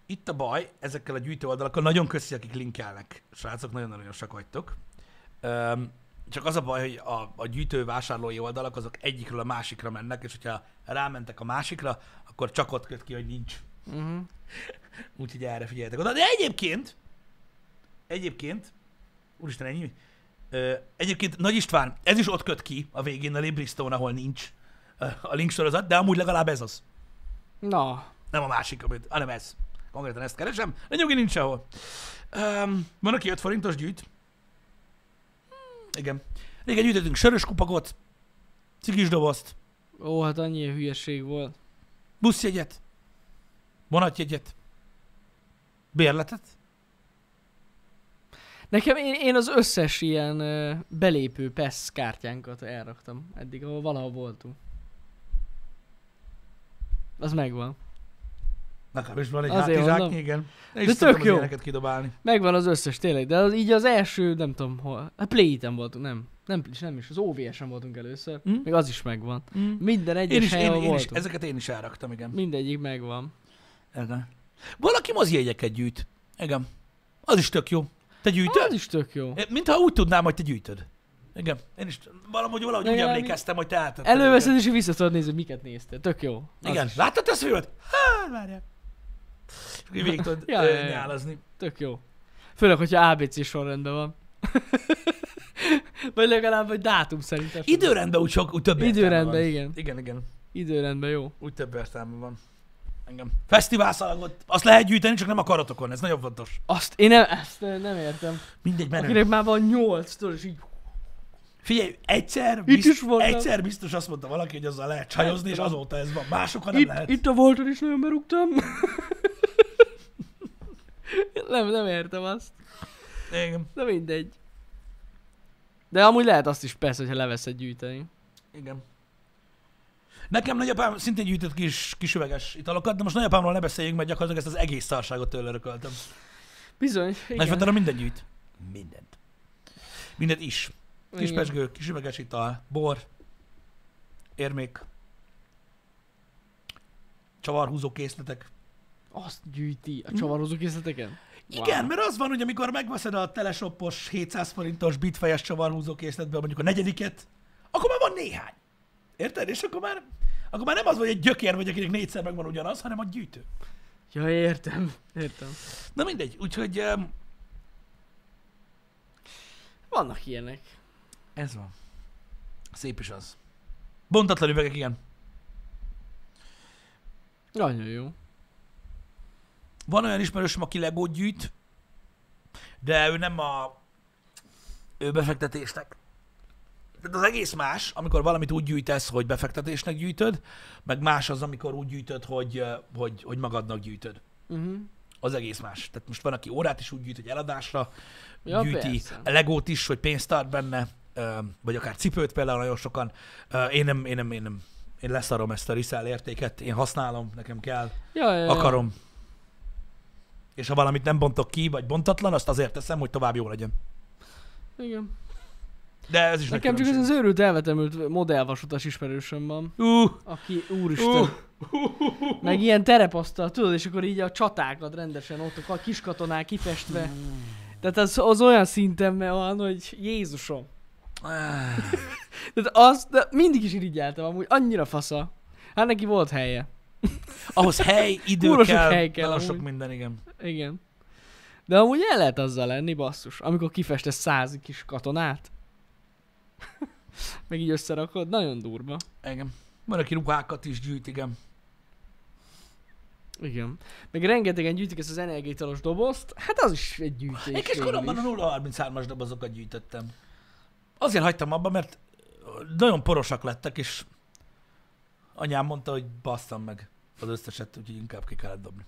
S1: Itt a baj, ezekkel a gyűjtőoldalakkal nagyon köszi, akik linkelnek. Srácok, nagyon aranyosak vagytok. Um, csak az a baj, hogy a, a gyűjtő vásárlói oldalak azok egyikről a másikra mennek, és hogyha rámentek a másikra, akkor csak ott köt ki, hogy nincs.
S2: Uh-huh.
S1: [laughs] Úgyhogy erre figyeljetek oda. De egyébként, egyébként, úristen ennyi, Ö, egyébként Nagy István, ez is ott köt ki a végén a Libristone, ahol nincs ö, a link sorozat, de amúgy legalább ez az.
S2: Na.
S1: Nem a másik, amit, hanem ez. Konkrétan ezt keresem, de nyugi nincs sehol. Um, van, aki 5 forintos gyűjt. Hmm, Igen. Régen gyűjtöttünk sörös kupagot, cikis dobozt,
S2: Ó, hát annyi hülyeség volt.
S1: buszjegyet, vonatjegyet, bérletet.
S2: Nekem én, én az összes ilyen ö, belépő PESZ kártyánkat elraktam eddig, ahol valaha voltunk. Az megvan.
S1: Nekem is van egy
S2: Azért
S1: hátizsáknyi,
S2: mondom.
S1: igen. És
S2: De
S1: szoktam
S2: tök
S1: az
S2: jó.
S1: ilyeneket kidobálni.
S2: Megvan az összes, tényleg, de az, így az első, nem tudom hol. A play voltunk, nem. Nem, is, nem is, az OVS-en voltunk először.
S1: Hm?
S2: Még az is megvan.
S1: Mm.
S2: Minden
S1: Én,
S2: egyes
S1: is, én,
S2: helyen
S1: én is,
S2: voltunk.
S1: ezeket én is elraktam, igen.
S2: Mindegyik megvan.
S1: igen. Valaki mozijegyeket gyűjt. Igen. Az is tök jó. Te gyűjtöd?
S2: Az is tök jó.
S1: É, Mintha úgy tudnám, hogy te gyűjtöd. Igen. Én is valahogy, valahogy úgy
S2: Legalább-
S1: emlékeztem, hogy te átadtad.
S2: Előveszed és vissza tudod nézni, hogy miket néztél. Tök jó. Az
S1: őket. Igen.
S2: is
S1: Láttad ezt a filmet? Hát, várjál. És akkor így végig tudod
S2: [laughs] Ja,
S1: ö,
S2: ja, ja.
S1: nyálazni.
S2: Tök jó. Főleg, hogyha ABC sorrendben van. [laughs] Vagy legalább, vagy dátum szerint. esetleg.
S1: Időrendben úgy sok, úgy több értelme
S2: Időrendben,
S1: van.
S2: igen.
S1: Igen, igen.
S2: Időrendben jó.
S1: Úgy több értelme van. Engem. Fesztiválszalagot, azt lehet gyűjteni, csak nem a karotokon, ez nagyon fontos.
S2: Azt én nem, ezt eh, nem értem.
S1: Mindegy, menő.
S2: Akinek már van 8 tudod, és így...
S1: Figyelj, egyszer,
S2: Itt is
S1: bizt,
S2: voltam.
S1: egyszer biztos azt mondta valaki, hogy azzal lehet csajozni, és azóta ez van. Másokkal nem
S2: Itt,
S1: lehet.
S2: itt a volton is nagyon berúgtam. [laughs] nem, nem értem azt.
S1: Igen.
S2: De mindegy. De amúgy lehet azt is persze, hogyha leveszed gyűjteni.
S1: Igen. Nekem nagyapám szintén gyűjtött kis, kis üveges italokat, de most nagyapámról ne beszéljünk, mert gyakorlatilag ezt az egész szarságot tőle örököltem.
S2: Bizony, igen.
S1: Nagyfatára minden gyűjt. Mindent. Mindent is. Kis
S2: igen.
S1: pesgő, kis üveges ital, bor, érmék, csavarhúzó készletek.
S2: Azt gyűjti a csavarozó készleteken?
S1: Hm? Igen,
S2: Wow.
S1: wow. mert az van, hogy amikor megveszed a teleshoppos 700 forintos bitfejes csavarhúzó készletből mondjuk a negyediket, akkor már van néhány. Érted? És akkor már, akkor már nem az vagy egy gyökér, vagy akinek négyszer megvan ugyanaz, hanem a gyűjtő.
S2: Ja, értem. Értem.
S1: Na mindegy, úgyhogy em,
S2: Vannak ilyenek.
S1: ez van. Szép is az. Bontatlan üvegek, igen.
S2: Nagyon jó.
S1: Van olyan ismerősöm, aki legót gyűjt, de ő nem a ő befektetésnek. Tehát az egész más, amikor valamit úgy gyűjtesz, hogy befektetésnek gyűjtöd, meg más az, amikor úgy gyűjtöd, hogy, eh, hogy, hogy magadnak gyűjtöd.
S2: Uh-huh.
S1: Az egész más. Tehát most van, aki órát is úgy gyűjt, hogy eladásra
S2: Ja,
S1: ja, gyűjti,
S2: persze.
S1: a legót is, hogy pénzt tart benne, ö, vagy akár cipőt például nagyon sokan. Ö, Én nem, én nem, én nem. Én leszarom ezt a resell értéket, én használom, nekem kell.
S2: Ja, ja, ja.
S1: Akarom. És ha valamit nem bontok ki, vagy bontatlan, azt azért teszem, hogy tovább jó legyen.
S2: Igen.
S1: De ez is
S2: Nekem
S1: nagy
S2: csak ez
S1: különbség.
S2: az őrült elvetemült modellvasutas ismerősöm van,
S1: Ú,
S2: aki úristen. Uh. Meg ilyen terepasztal, tudod, és akkor így a csatákat rendesen ott a kis katonák kifestve. Tehát az, az olyan szinten van, hogy Jézusom.
S1: áh,
S2: Ah. Tehát azt de mindig is irigyeltem amúgy, annyira fasza. Hát neki volt helye.
S1: Ahhoz hely, idő
S2: Kurva sok
S1: kell,
S2: hely kell
S1: nagyon sok
S2: amúgy.
S1: minden, igen.
S2: Igen. De amúgy el lehet azzal lenni, basszus. Amikor kifestesz száz kis katonát. [laughs] Meg így összerakod, nagyon durva.
S1: igen. Van, aki ruhákat is gyűjt, igen.
S2: Igen. Meg rengetegen gyűjtik ezt az energiaitalos dobozt, hát az is egy gyűjtés.
S1: Én kis
S2: végül
S1: koromban
S2: is.
S1: a 033-as dobozokat gyűjtöttem. Azért hagytam abba, mert nagyon porosak lettek, és anyám mondta, hogy basszam meg az összeset, úgyhogy inkább ki kellett dobni.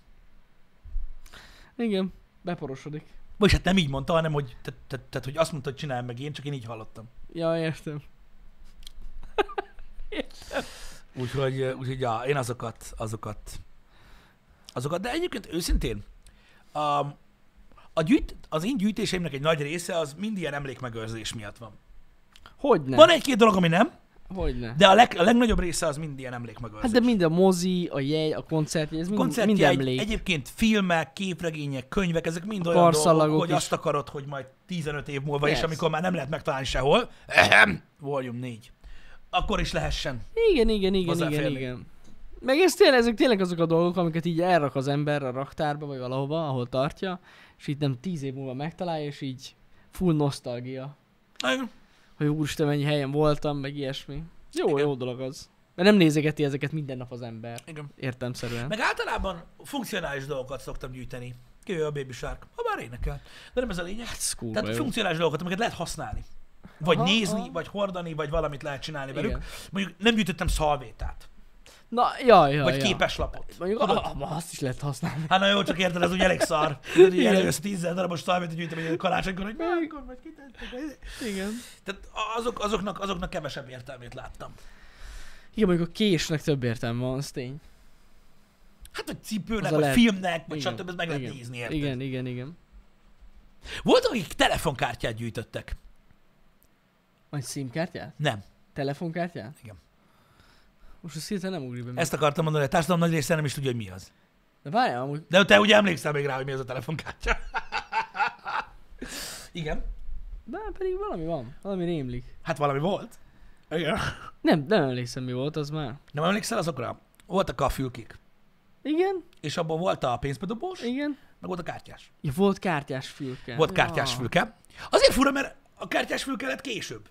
S2: Igen, beporosodik.
S1: Vagyis hát nem így mondta, hanem hogy, tehát, tehát, tehát, hogy azt mondta, hogy csináljam meg én, csak én így hallottam.
S2: Ja, értem.
S1: Úgyhogy, úgyhogy ja, én azokat, azokat, azokat, de egyébként őszintén, a, a gyűjt, az én gyűjtéseimnek egy nagy része az mind ilyen emlékmegőrzés miatt van.
S2: Hogyne,
S1: Nem. Van egy-két dolog, ami nem,
S2: hogyne.
S1: de a, leg, a legnagyobb része az mind ilyen
S2: Hát
S1: emlékmegőrzés.
S2: de mind a mozi, a jegy, a koncert, ez mind, mind
S1: Koncertjegy,
S2: emlék. Egy,
S1: egyébként filmek, képregények, könyvek, ezek mind olyan dolgok,
S2: karszalagok
S1: hogy
S2: is.
S1: azt akarod, hogy majd 15 év múlva is,
S2: Persze.
S1: amikor már nem lehet megtalálni sehol, ehem, volume 4, akkor is lehessen.
S2: Igen, igen, igen, igen,
S1: Hozzáférni.
S2: igen. Meg ez tényleg, ezek tényleg azok a dolgok, amiket így elrak az ember a raktárba, vagy valahova, ahol tartja, és így nem tíz év múlva megtalálja, és így full nosztalgia,
S1: Na,
S2: hogy úristen, mennyi helyen voltam, meg ilyesmi. Jó,
S1: Igen.
S2: jó dolog az. Mert nem nézegeti ezeket minden nap az ember.
S1: Igen.
S2: Értemszerűen.
S1: Meg általában funkcionális dolgokat szoktam gyűjteni. Kivéve a Baby Shark. Ha bár énekel. De nem ez a lényeg.
S2: Hát ez kurva
S1: Tehát
S2: jó.
S1: funkcionális dolgokat, amiket lehet használni. Vagy
S2: Aha,
S1: nézni,
S2: aha.
S1: vagy hordani, vagy valamit lehet csinálni velük.
S2: Igen.
S1: Mondjuk nem gyűjtöttem szalvétát,
S2: Na, jaj, jaj,
S1: vagy
S2: jaj.
S1: képeslapot.
S2: Mondjuk, ah, ah, azt is lehet használni.
S1: Hát na jó, csak érted, ez úgy elég
S2: [laughs]
S1: szar. Tudod, így
S2: Igen.
S1: elősz tízzel darabos szalvétát gyűjtöm egy karácsonykor, hogy na, akkor majd kitettük.
S2: Igen.
S1: Tehát azok, azoknak, azoknak kevesebb értelmét láttam.
S2: Igen, mondjuk a késnek több értelme van, az tény.
S1: Hát, vagy
S2: Az
S1: cipőnek,
S2: a
S1: vagy
S2: lehet.
S1: filmnek, vagy
S2: Igen.
S1: stb. ezt meg lehet
S2: Igen.
S1: nézni, érted?
S2: Igen, igen, igen.
S1: Voltak, akik telefonkártyát gyűjtöttek.
S2: Vagy szímkártyát?
S1: Nem.
S2: Telefonkártyát?
S1: Igen.
S2: Most ezt hirtelen nem ugrik be. Ezt...
S1: Hm. Ezt akartam mondani, hogy a társadalom nagy része nem is tudja, hogy mi az.
S2: De várjál, amúgy
S1: De te ugye emlékszel még rá, hogy mi az a telefonkártya. [laughs] Igen.
S2: De hát pedig valami van, valami rémlik.
S1: Hát valami volt. Igen.
S2: Nem, nem emlékszem mi volt az már.
S1: Nem emlékszel azokra? Voltak a fülkék.
S2: Igen,
S1: És abban volt a pénzbedobós,
S2: igen.
S1: meg volt a kártyás.
S2: Ja, volt kártyás fülke.
S1: Volt kártyás
S2: Ja.
S1: fülke. Azért fura, mert a kártyás fülke lett később.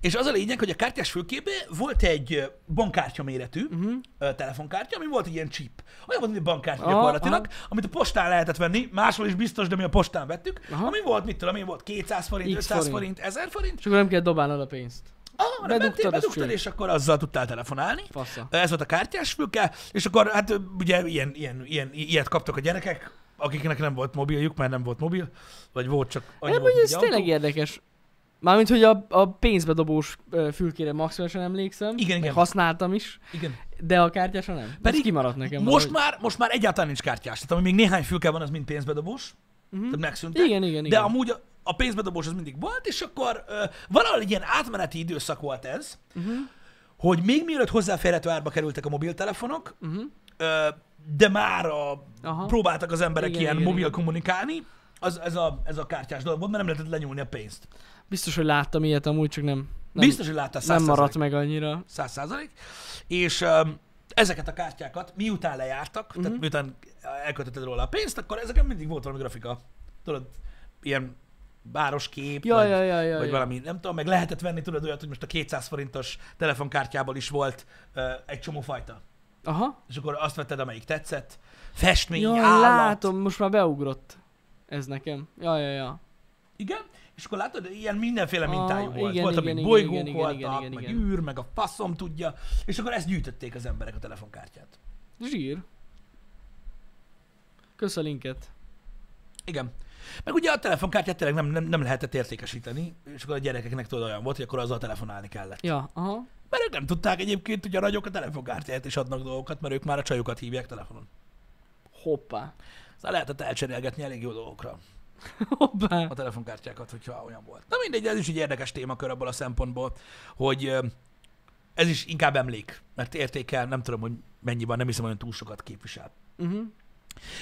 S1: És az a lényeg, hogy a kártyás fülkébe volt egy ö, bankkártya méretű uh-huh. telefonkártya, ami volt egy ilyen chip. Olyan volt, mint egy bankkártya
S2: Mhm. Aha,
S1: gyakorlatilag, amit a postán lehetett venni, máshol is biztos, de mi a postán vettük,
S2: Aha.
S1: ami volt, mit tudom én, volt 200 forint,
S2: X
S1: 500
S2: forint,
S1: forint, 1000 forint,
S2: És akkor nem kell dobálnod a pénzt.
S1: Ah,
S2: Bedugtad,
S1: bedugtad,
S2: az
S1: bedugtad
S2: cső.
S1: és akkor azzal tudtál telefonálni.
S2: Fasza.
S1: Ez volt a kártyás fülke, és akkor hát ö, ugye ilyen, ilyen, ilyen, i- ilyet kaptak a gyerekek, akiknek nem volt mobiljuk, mert nem volt mobil, vagy volt csak annyi
S2: Nem,
S1: volt,
S2: hogy
S1: mint
S2: ez
S1: egy
S2: tényleg
S1: autó.
S2: érdekes. Mármint, hogy a, a pénzbedobós ö, fülkére maximálisan emlékszem.
S1: Igen,
S2: meg
S1: igen.
S2: Használtam is,
S1: Igen.
S2: de a kártyásra nem. Pedig
S1: Pedig
S2: ez kimaradt nekem.
S1: Most már, most már egyáltalán nincs kártyás, tehát ami még néhány fülke van, az mind pénzbedobós, uh-huh. tehát megszűntek.
S2: Mhm. Igen, igen,
S1: De
S2: igen.
S1: amúgy a, a pénzbedobós az mindig volt, és akkor ö, valahol egy ilyen átmeneti időszak volt ez,
S2: Mhm.
S1: uh-huh. hogy még mielőtt hozzáférhető árba kerültek a mobiltelefonok, uh-huh. ö, de már a,
S2: Mhm. Aha.
S1: próbáltak az emberek igen,
S2: Igen,
S1: ilyen igen,
S2: igen,
S1: mobil igen.
S2: igen.
S1: kommunikálni, az, ez, a, ez a kártyás dolog volt, mert nem lehetett lenyúlni a pénzt.
S2: Biztos, hogy láttam ilyet amúgy, csak nem.
S1: Nem,
S2: Nem,
S1: Biztos, hogy láttál
S2: nem
S1: 100
S2: maradt meg annyira.
S1: száz százalék, és um, ezeket a kártyákat miután lejártak, uh-huh.
S2: Mhm.
S1: tehát miután elköltötted róla a pénzt, akkor ezeken mindig volt valami grafika. Tudod, ilyen város kép,
S2: Ja,
S1: vagy,
S2: ja, ja, ja,
S1: vagy
S2: ja.
S1: valami, nem tudom, meg lehetett venni, tudod, olyat, hogy most a 200 forintos telefonkártyából is volt uh, egy csomó fajta.
S2: Aha.
S1: És akkor azt vetted, amelyik tetszett. Festmény,
S2: Jaj,
S1: állat.
S2: látom, most már beugrott. Ez nekem. Ja, ja, ja.
S1: Igen, és akkor látod, ilyen mindenféle
S2: Ah,
S1: mintájú volt.
S2: igen,
S1: volt,
S2: igen,
S1: amik
S2: igen,
S1: bolygók
S2: igen, igen,
S1: voltak,
S2: igen, igen,
S1: meg
S2: igen.
S1: űr, meg a faszom tudja, és akkor ezt gyűjtötték az emberek a telefonkártyát.
S2: Zsír. Kösz a linket.
S1: Igen. Meg ugye a telefonkártyát tényleg nem, nem, nem lehetett értékesíteni, és akkor a gyerekeknek tudod olyan volt, hogy akkor azzal telefonálni kellett.
S2: Ja, aha.
S1: Mert ők nem tudták egyébként, hogy a nagyok a telefonkártyáját is adnak dolgokat, mert ők már a csajokat hívják telefonon.
S2: Hoppá. [laughs]
S1: Szóval lehetett elcserélgetni elég jó dolgokra
S2: Hoppá.
S1: a telefonkártyákat, hogyha olyan volt. Na mindegy, ez is egy érdekes témakör abból a szempontból, hogy ö, ez is inkább emlék, mert értékel, nem tudom, hogy mennyi van, nem hiszem, hogy túl sokat képvisel.
S2: Uh-huh.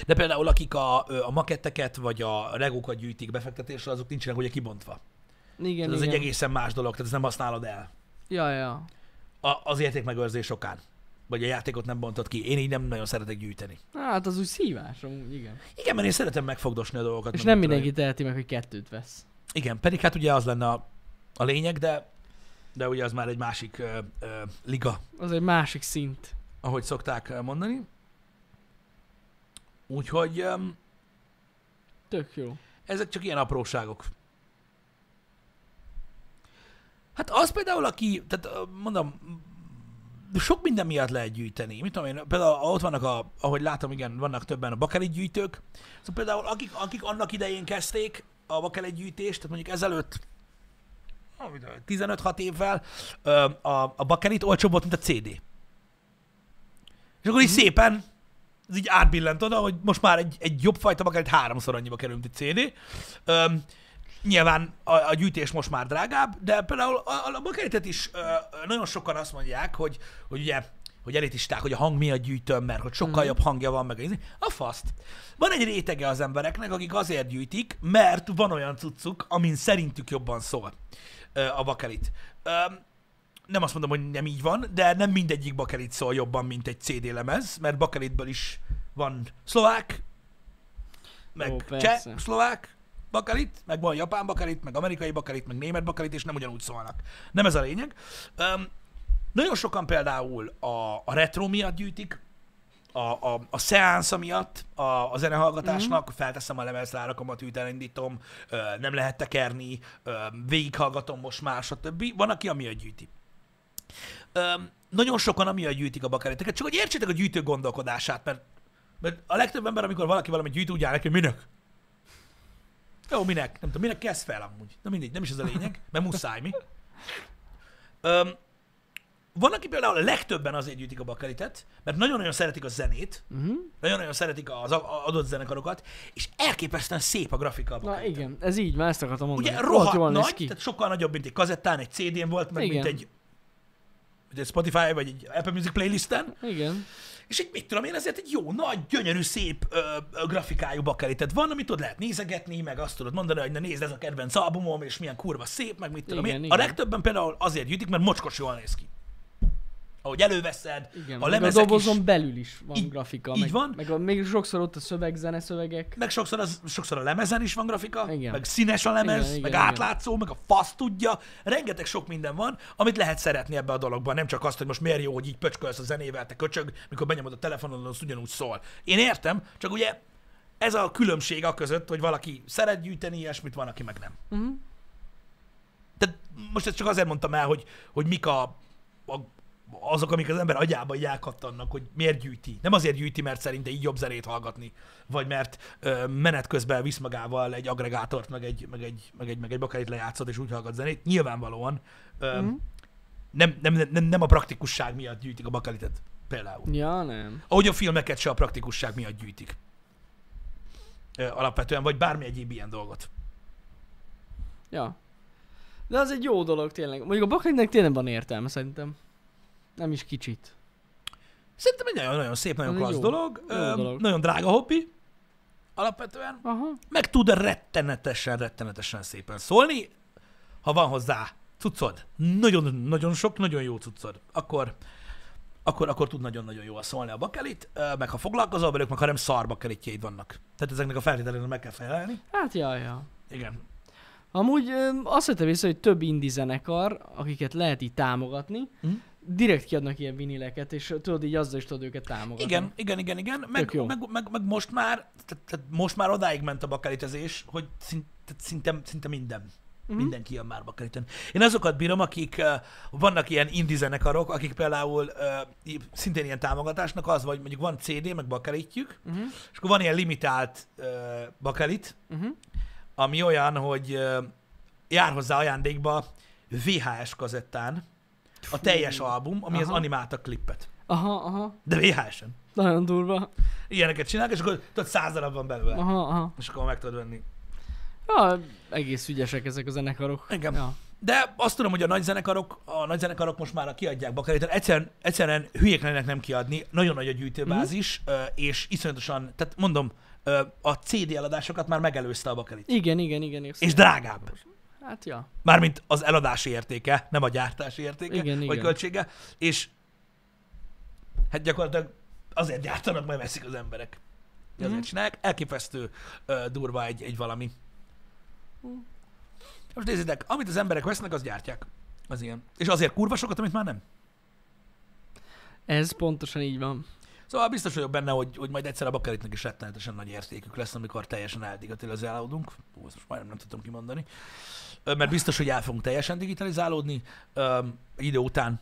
S1: De például akik a, ö, a maketteket vagy a legókat gyűjtik befektetésre, azok nincsenek ugye kibontva.
S2: Igen,
S1: Tehát ez
S2: igen.
S1: egy egészen más dolog, tehát ezt nem használod el
S2: Ja, ja.
S1: a, az értékmegőrzés okán. Vagy a játékot nem bontod ki. Én így nem nagyon szeretek gyűjteni.
S2: Hát az úgy szívás, amúgy, igen.
S1: Igen, mert én szeretem megfogdosni a dolgokat.
S2: És
S1: meg
S2: nem
S1: mit tudom
S2: mindenki teheti meg, hogy kettőt vesz.
S1: én. Igen, pedig hát ugye az lenne a, a lényeg, de de ugye az már egy másik ö, ö, liga,
S2: Az egy másik szint.
S1: ahogy szokták ö, mondani. Úgyhogy ö,
S2: Tök jó.
S1: ezek csak ilyen apróságok. Hát az például, aki, tehát ö, mondom, sok minden miatt lehet gyűjteni. Mit tudom én, például ott vannak, a, ahogy látom, igen, vannak többen a bakelit gyűjtők. Szóval például akik, akik annak idején kezdték a bakelit gyűjtést, tehát mondjuk ezelőtt ah, mit tudom én, 15-6 évvel ö, a, a bakelit olcsóbb volt, mint a CD. És akkor így szépen ez így átbillent oda, hogy most már egy, egy jobb fajta bakelit háromszor annyiba kerül, mint egy CD. Öm, nyilván a, a gyűjtés most már drágább, de például a, a, a bakelitet is ö, ö, nagyon sokan azt mondják, hogy, hogy ugye hogy elitisták, hogy a hang miatt gyűjtöm, mert hogy sokkal jobb hangja van, meg a faszt. Van egy rétege az embereknek, akik azért gyűjtik, mert van olyan cuccuk, amin szerintük jobban szól ö, a bakelit. Öm, nem azt mondom, hogy nem így van, de nem mindegyik bakelit szól jobban, mint egy CD lemez, mert bakelitből is van szlovák, meg
S2: Ó,
S1: Ó,
S2: persze.
S1: cseh, szlovák bakelit, meg van japán bakelit, meg amerikai bakelit, meg német bakelit, és nem ugyanúgy szólnak. Nem ez a lényeg. Um, nagyon sokan például a, a retro miatt gyűjtik, a, a, a szeánsza miatt a, a zenehallgatásnak, mm. felteszem a lemezlárakomat, őt elindítom, ö, nem lehet tekerni, ö, végighallgatom most már, stb. Van, aki amiatt gyűjti. Öm, nagyon sokan amiatt gyűjtik a bakeliteket, csak hogy értsétek a gyűjtő gondolkodását, mert, mert a legtöbb ember, amikor valaki valami gyűjt, úgy áll neki, hogy minek? Jó, minek? Nem tudom, minek kezd fel amúgy? Na mindegy, nem is ez a lényeg, mert muszáj mi. Öm, van, aki például a legtöbben azért gyűjtik a bakelitet, mert nagyon-nagyon szeretik a zenét,
S2: Uh-huh.
S1: nagyon-nagyon szeretik az a- a- adott zenekarokat, és elképesztően szép a grafika a
S2: Na
S1: bakeliten.
S2: igen, ez így, már ezt akartam mondani.
S1: Ugye
S2: Rohadt
S1: rohadt
S2: jól néz
S1: nagy,
S2: ki.
S1: tehát sokkal nagyobb, mint egy kazettán, egy CD-n volt, meg mint
S2: Igen.
S1: egy, mint egy Spotify, vagy egy Apple Music playlisten.
S2: Igen.
S1: És egy, mit tudom én, ezért egy jó, nagy, gyönyörű, szép ö, ö, grafikájú bakelitet van, amit tudod lehet nézegetni, meg azt tudod mondani, hogy na nézd, ez a kedvenc albumom, és milyen kurva szép, meg mit tudom
S2: Igen,
S1: én.
S2: igen.
S1: A legtöbben például azért gyűjtik, mert mocskos jól néz ki. Ahogy előveszed,
S2: Igen,
S1: a
S2: meg a
S1: lemezek
S2: dobozon
S1: is,
S2: belül is van
S1: Így-
S2: grafika.
S1: így
S2: meg,
S1: van.
S2: Meg a, még sokszor ott a szöveg, zeneszövegek.
S1: meg sokszor, az, sokszor a lemezen is van grafika,
S2: Igen.
S1: meg színes a lemez,
S2: Igen,
S1: igen,
S2: igen,
S1: meg
S2: igen.
S1: igen, átlátszó, igen. meg a fasz tudja, rengeteg sok minden van, amit lehet szeretni ebbe a dologban, nem csak azt, hogy most miért jó, hogy így pöcskölsz a zenével, te köcsög, mikor benyomod a telefonodon, az ugyanúgy szól. Én értem, csak ugye ez a különbség a között, hogy valaki szeret gyűjteni ilyesmit, van, aki meg nem.
S2: Mhm.
S1: Tehát most ezt csak azért mondtam el, hogy, hogy mik a, a azok, amik az ember agyába így elkattannak, hogy miért gyűjti. Nem azért gyűjti, mert szerinte így jobb zenét hallgatni, vagy mert ö, menet közben visz magával egy agregátort, meg egy, meg egy, meg egy, meg egy bakelit lejátszott, és úgy hallgat zenét. Nyilvánvalóan ö,
S2: Mhm.
S1: mm. nem, nem, nem, nem, a praktikusság miatt gyűjtik a bakelitet például.
S2: Ja, nem.
S1: Ahogy a filmeket se a praktikusság miatt gyűjtik. Ö, alapvetően, vagy bármi egyéb ilyen dolgot.
S2: Ja. De az egy jó dolog tényleg. Mondjuk a bakelitnek tényleg van értelme szerintem. Nem is kicsit.
S1: Szerintem egy nagyon-nagyon szép, nagyon
S2: Ez egy
S1: klassz
S2: jó-
S1: dolog.
S2: jó
S1: Öm,
S2: dolog.
S1: Nagyon drága hobbi. Alapvetően.
S2: Aha.
S1: Meg tud rettenetesen, rettenetesen szépen szólni, ha van hozzá cuccod. Nagyon-nagyon sok, nagyon jó cuccod. Akkor, akkor, akkor tud nagyon-nagyon jól szólni a bakelit, ö, meg ha foglalkozol velük, meg ha nem szar bakelitjeid vannak. Tehát ezeknek a feltételeknek meg kell felelni.
S2: Hát jaj, ja.
S1: Igen.
S2: Amúgy öm, azt vettem észre, hogy több indie zenekar, akiket lehet így támogatni,
S1: Mhm.
S2: direkt kiadnak ilyen vinileket, és tudod, így azzal is tudod őket támogatni.
S1: Igen, igen, igen, igen. Meg,
S2: Tök jó.
S1: meg, meg, meg, most már, tehát, tehát most már odáig ment a bakelitezés, hogy szint, tehát szinte, szinte minden.
S2: Mhm.
S1: Mm-hmm. Mindenki jön már bakeliten. Én azokat bírom, akik, ö, vannak ilyen indie zenekarok, akik például ö, í- szintén ilyen támogatásnak az, vagy mondjuk van CD, meg bakelitjük,
S2: Mhm.
S1: és akkor van ilyen limitált ö, bakelit,
S2: Mhm.
S1: ami olyan, hogy ö, jár hozzá ajándékba VHS kazettán a teljes album, ami az
S2: Aha.
S1: animálta klippet.
S2: Aha, aha.
S1: De VHS-en.
S2: Nagyon durva.
S1: Ilyeneket csinálnak, és akkor tudod, száz darab van belőle.
S2: Aha, aha.
S1: És akkor meg tudod venni.
S2: Ja, egész ügyesek ezek a zenekarok.
S1: Igen.
S2: Ja.
S1: De azt tudom, hogy a nagy zenekarok, a nagy zenekarok most már kiadják bakeliten. Egyszerűen, egyszerűen hülyék lennének nem kiadni. Nagyon nagy a gyűjtőbázis, mm-hmm. és iszonyatosan, tehát mondom, ö, a CD eladásokat már megelőzte a bakelit.
S2: Igen, igen, igen. igen.
S1: És drágább.
S2: Hát ja.
S1: Mármint az eladási értéke, nem a gyártási értéke,
S2: Igen,
S1: vagy
S2: igen.
S1: költsége. És hát gyakorlatilag azért gyártanak, mert veszik az emberek. Azért
S2: Mhm.
S1: csinálják. Elképesztő ö, durva egy, egy valami. Most nézzétek, amit az emberek vesznek, az gyártják. Az ilyen. És azért kurva sokat, amit már nem.
S2: Ez pontosan így van.
S1: Szóval biztos vagyok benne, hogy, hogy majd egyszer a bakelitnek is rettenetesen nagy értékük lesz, amikor teljesen eldigatilazelődünk. Ó, ezt most majdnem nem tudtam kimondani. Ö, mert biztos, hogy el fogunk teljesen digitalizálódni ö, idő után.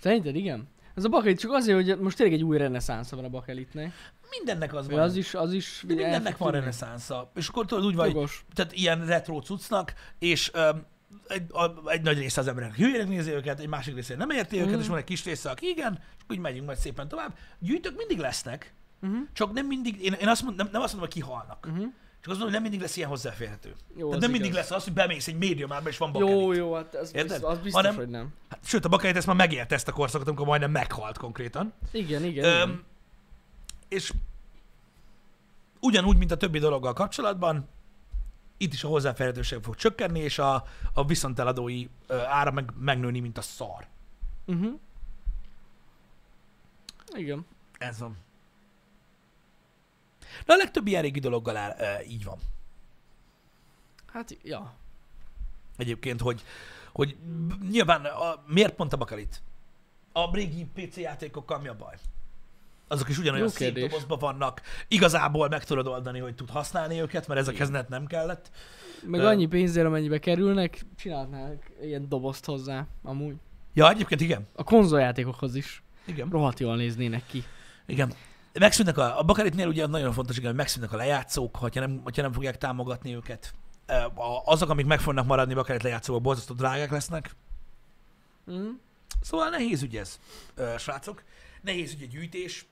S2: Szerinted igen? Ez a bakelit csak azért, hogy most tényleg egy új reneszánsza van a bakelitnek.
S1: Mindennek az
S2: Vagy
S1: van.
S2: az is, az is...
S1: De
S2: ugye, el
S1: mindennek
S2: fog
S1: van
S2: tűnni.
S1: reneszánsza. És akkor tudod, úgy vagy,
S2: Jogos.
S1: tehát ilyen retro cuccnak, és öm, egy, a, egy nagy része az emberek hülyének nézi őket, egy másik része nem érti őket,
S2: Mhm.
S1: és van egy kis része, aki igen, és úgy megyünk majd szépen tovább. Gyűjtők mindig lesznek,
S2: Mhm.
S1: csak nem mindig, én, én azt mondom, nem, nem azt mondom, hogy kihalnak.
S2: Mhm.
S1: Csak azt mondom, hogy nem mindig lesz ilyen hozzáférhető.
S2: Jó,
S1: Tehát
S2: az
S1: nem mindig
S2: igaz.
S1: lesz az, hogy bemész egy médiumában, és van bakelit.
S2: Jó, jó, hát ez
S1: Érted?
S2: biztos, az biztos,
S1: Hanem-
S2: hogy nem.
S1: Hát, sőt, a bakelit ezt már megélte ezt a korszakot, amikor majdnem meghalt konkrétan.
S2: Igen, igen,
S1: Öm,
S2: igen.
S1: és ugyanúgy, mint a többi dologgal kapcsolatban, itt is a hozzáférhetőség fog csökkenni, és a, a viszonteladói ö, ára meg, megnőni, mint a szar.
S2: Mhm. Igen.
S1: Ez van. De a legtöbb ilyen régi dologgal áll, ö, így van.
S2: Hát, ja.
S1: Egyébként, hogy, hogy b- nyilván a, miért pont a bakalit? A régi PC játékokkal mi a baj? Azok is ugyanolyan
S2: Jó kérdés.
S1: szintdobozban vannak. Igazából meg tudod oldani, hogy tud használni őket, mert ezekhez net nem kellett.
S2: Meg
S1: Öm.
S2: annyi pénzért, amennyibe kerülnek, csinálnák ilyen dobozt hozzá, amúgy.
S1: Ja, egyébként igen.
S2: A konzoljátékokhoz is.
S1: Igen.
S2: Rohadt jól néznének ki.
S1: igen. Megszűnnek a, a Bakaritnél ugye nagyon fontos, igen, hogy megszűnnek a lejátszók, hogyha nem, hogyha nem fogják támogatni őket. Ö, a- Azok, amik meg fognak maradni Bakarit lejátszóban, borzasztó drágák lesznek.
S2: Mm.
S1: Szóval nehéz ügy ez, ö, srácok. Nehéz ügy a gyűjtés.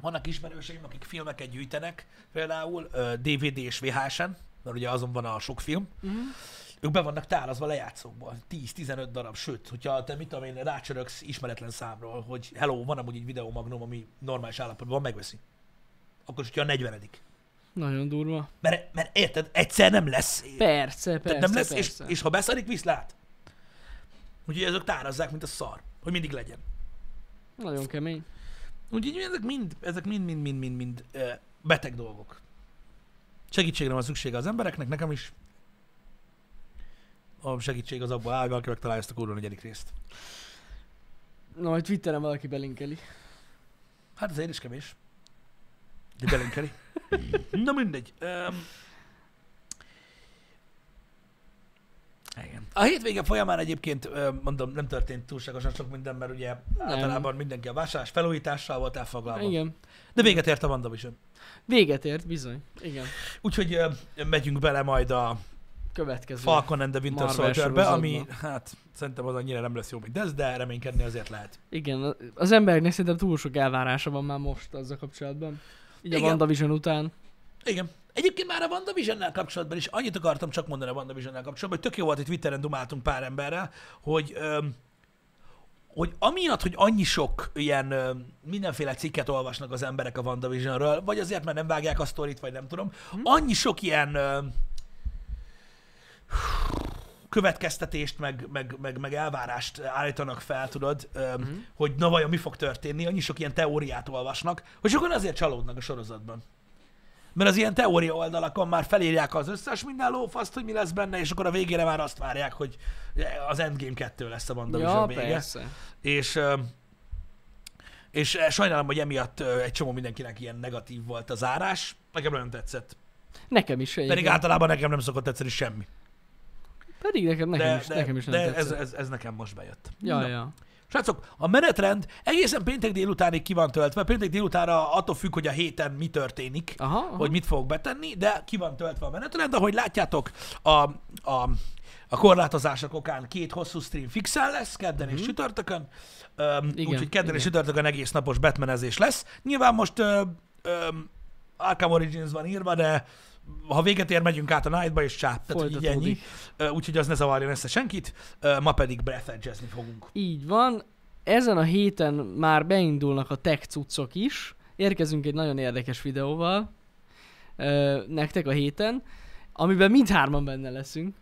S1: Vannak ismerőseim, akik filmeket gyűjtenek, például ö, DVD és VHS-en, mert ugye azon van a sok film.
S2: Mhm.
S1: Ők be vannak tálazva lejátszókban, 10-15 darab, sőt, hogyha te mit tudom én, rácsöröksz ismeretlen számról, hogy hello, van amúgy egy videomagnum, ami normális állapotban van, megveszi. Akkor is, hogyha a 40
S2: Nagyon durva.
S1: mert, mert érted, egyszer nem lesz.
S2: Persze, persze,
S1: Tehát nem lesz, és,
S2: persze.
S1: és ha beszarik, viszlát. Úgyhogy ezek tárazzák, mint a szar, hogy mindig legyen.
S2: Nagyon kemény.
S1: Úgyhogy ezek mind, ezek mind, mind, mind, mind, mind ö, beteg dolgok. Segítségre van szüksége az embereknek, nekem is. A segítség az abból áll, hogy valaki megtalálja ezt a kurva negyedik részt.
S2: Na, majd Twitteren valaki belinkeli.
S1: Hát azért is kevés. De [laughs] belinkeli. Na mindegy. Um, igen. A hétvége folyamán egyébként, ö, mondom, nem történt túlságosan sok minden, mert ugye nem. általában mindenki a vásárlás felújítással volt elfoglalva. Igen.
S2: Igen.
S1: De véget ért a WandaVision.
S2: Véget ért, bizony. Igen.
S1: Úgyhogy ö, megyünk bele majd a
S2: Következő.
S1: Falcon and the Winter
S2: Marvel
S1: Soldierbe, ami
S2: sorozatba.
S1: hát szerintem az annyira nem lesz jó, mint ez, de reménykedni azért lehet.
S2: Igen, az embereknek szerintem túl sok elvárása van már most azzal kapcsolatban. Így a
S1: Igen.
S2: WandaVision után.
S1: Igen. Egyébként már a WandaVision-nel kapcsolatban is annyit akartam csak mondani a WandaVision-nel kapcsolatban, hogy tök jó volt, hogy Twitteren dumáltunk pár emberrel, hogy, öm, hogy amiatt, hogy annyi sok ilyen öm, mindenféle cikket olvasnak az emberek a WandaVision-ről, vagy azért, mert nem vágják a sztorit, vagy nem tudom,
S2: Mhm.
S1: annyi sok ilyen öm, következtetést, meg, meg, meg, meg elvárást állítanak fel, tudod, öm,
S2: Mhm.
S1: hogy na vajon mi fog történni, annyi sok ilyen teóriát olvasnak, hogy sokan azért csalódnak a sorozatban. Mert az ilyen teória oldalakon már felírják az összes minden lófaszt, hogy mi lesz benne, és akkor a végére már azt várják, hogy az Endgame 2 lesz a WandaVision
S2: ja,
S1: vége.
S2: persze.
S1: És, ö, és ö, sajnálom, hogy emiatt ö, egy csomó mindenkinek ilyen negatív volt az árás. Nekem nagyon tetszett.
S2: Nekem is egyébként.
S1: Pedig általában nekem nem szokott tetszeni semmi.
S2: Pedig nekem, nekem,
S1: de,
S2: is,
S1: de,
S2: nekem is nem
S1: de
S2: tetszett.
S1: ez, ez, ez nekem most bejött.
S2: Ja,
S1: Na.
S2: ja.
S1: Srácok, a menetrend egészen péntek délutánig ki van töltve. Péntek délutánra attól függ, hogy a héten mi történik.
S2: Aha, aha.
S1: hogy mit fogok betenni, de ki van töltve a menetrend, ahogy látjátok, a, a, a korlátozások okán két hosszú stream fixen lesz, kedden és csütörtökön, Öm,
S2: Mhm. Igen,
S1: úgyhogy kedden és
S2: igen.
S1: csütörtökön egész napos batmanezés lesz. Nyilván most ö, öm, Arkham Origins van írva, de ha véget ér, megyünk át a Nightba, és csáp, tehát így ennyi.
S2: Folytatódik.
S1: Ö, Úgyhogy az ne zavarjon össze senkit. Ö, Ma pedig breathedgezni fogunk.
S2: Így van. Ezen a héten már beindulnak a tech cuccok is. Érkezünk egy nagyon érdekes videóval ö, nektek a héten, amiben mindhárman benne leszünk.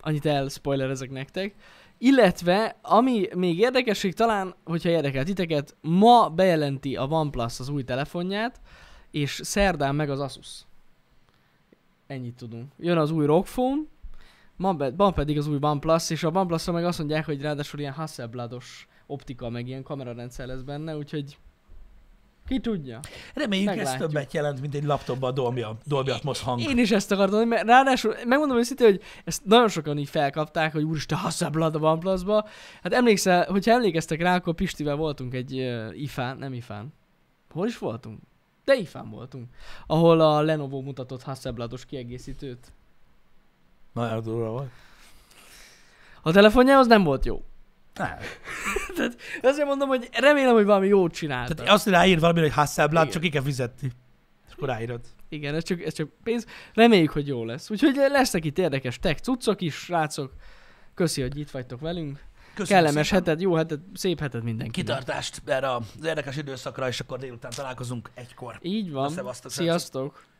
S2: Annyit elspoilerezek nektek. Illetve, ami még érdekesség talán, hogyha érdekel titeket, ma bejelenti a OnePlus az új telefonját, és szerdán meg az Asus. Ennyit tudunk. Jön az új ROG Phone, Ma, be, ma pedig az új OnePlus, és a oneplus meg azt mondják, hogy ráadásul ilyen Hasselblados optika, meg ilyen kamerarendszer lesz benne, úgyhogy Ki tudja?
S1: Reméljük ez
S2: Meglátjuk.
S1: többet jelent, mint egy laptopban a Dolby, Dolby Atmos hang.
S2: Én is ezt akartam, mert ráadásul megmondom őszintén, hogy ezt nagyon sokan így felkapták, hogy úristen, haszablad a oneplus Hát emlékszel, hogyha emlékeztek rá, akkor Pistivel voltunk egy uh, ifán, nem ifán. Hol is voltunk? De ifán voltunk. Ahol a Lenovo mutatott Hasselblados kiegészítőt.
S1: Nagyon durva volt.
S2: A telefonjához nem volt jó.
S1: Nem.
S2: Ezért mondom, hogy remélem, hogy valami jót csináltak.
S1: Tehát azt, hogy ráír valamire, hogy Hasselblad,
S2: Hát Igen.
S1: csak ki kell fizetni. És akkor ráírod.
S2: Igen, ez csak, ez csak pénz. Reméljük, hogy jó lesz. Úgyhogy lesznek itt érdekes tech cuccok is, srácok. Köszi, hogy itt vagytok velünk.
S1: Köszönöm
S2: Kellemes
S1: szépen.
S2: hetet, jó hetet, szép hetet mindenkinek.
S1: Kitartást erre az érdekes időszakra, és akkor délután találkozunk egykor.
S2: Így van.
S1: Szevasztok, srácok.
S2: Sziasztok.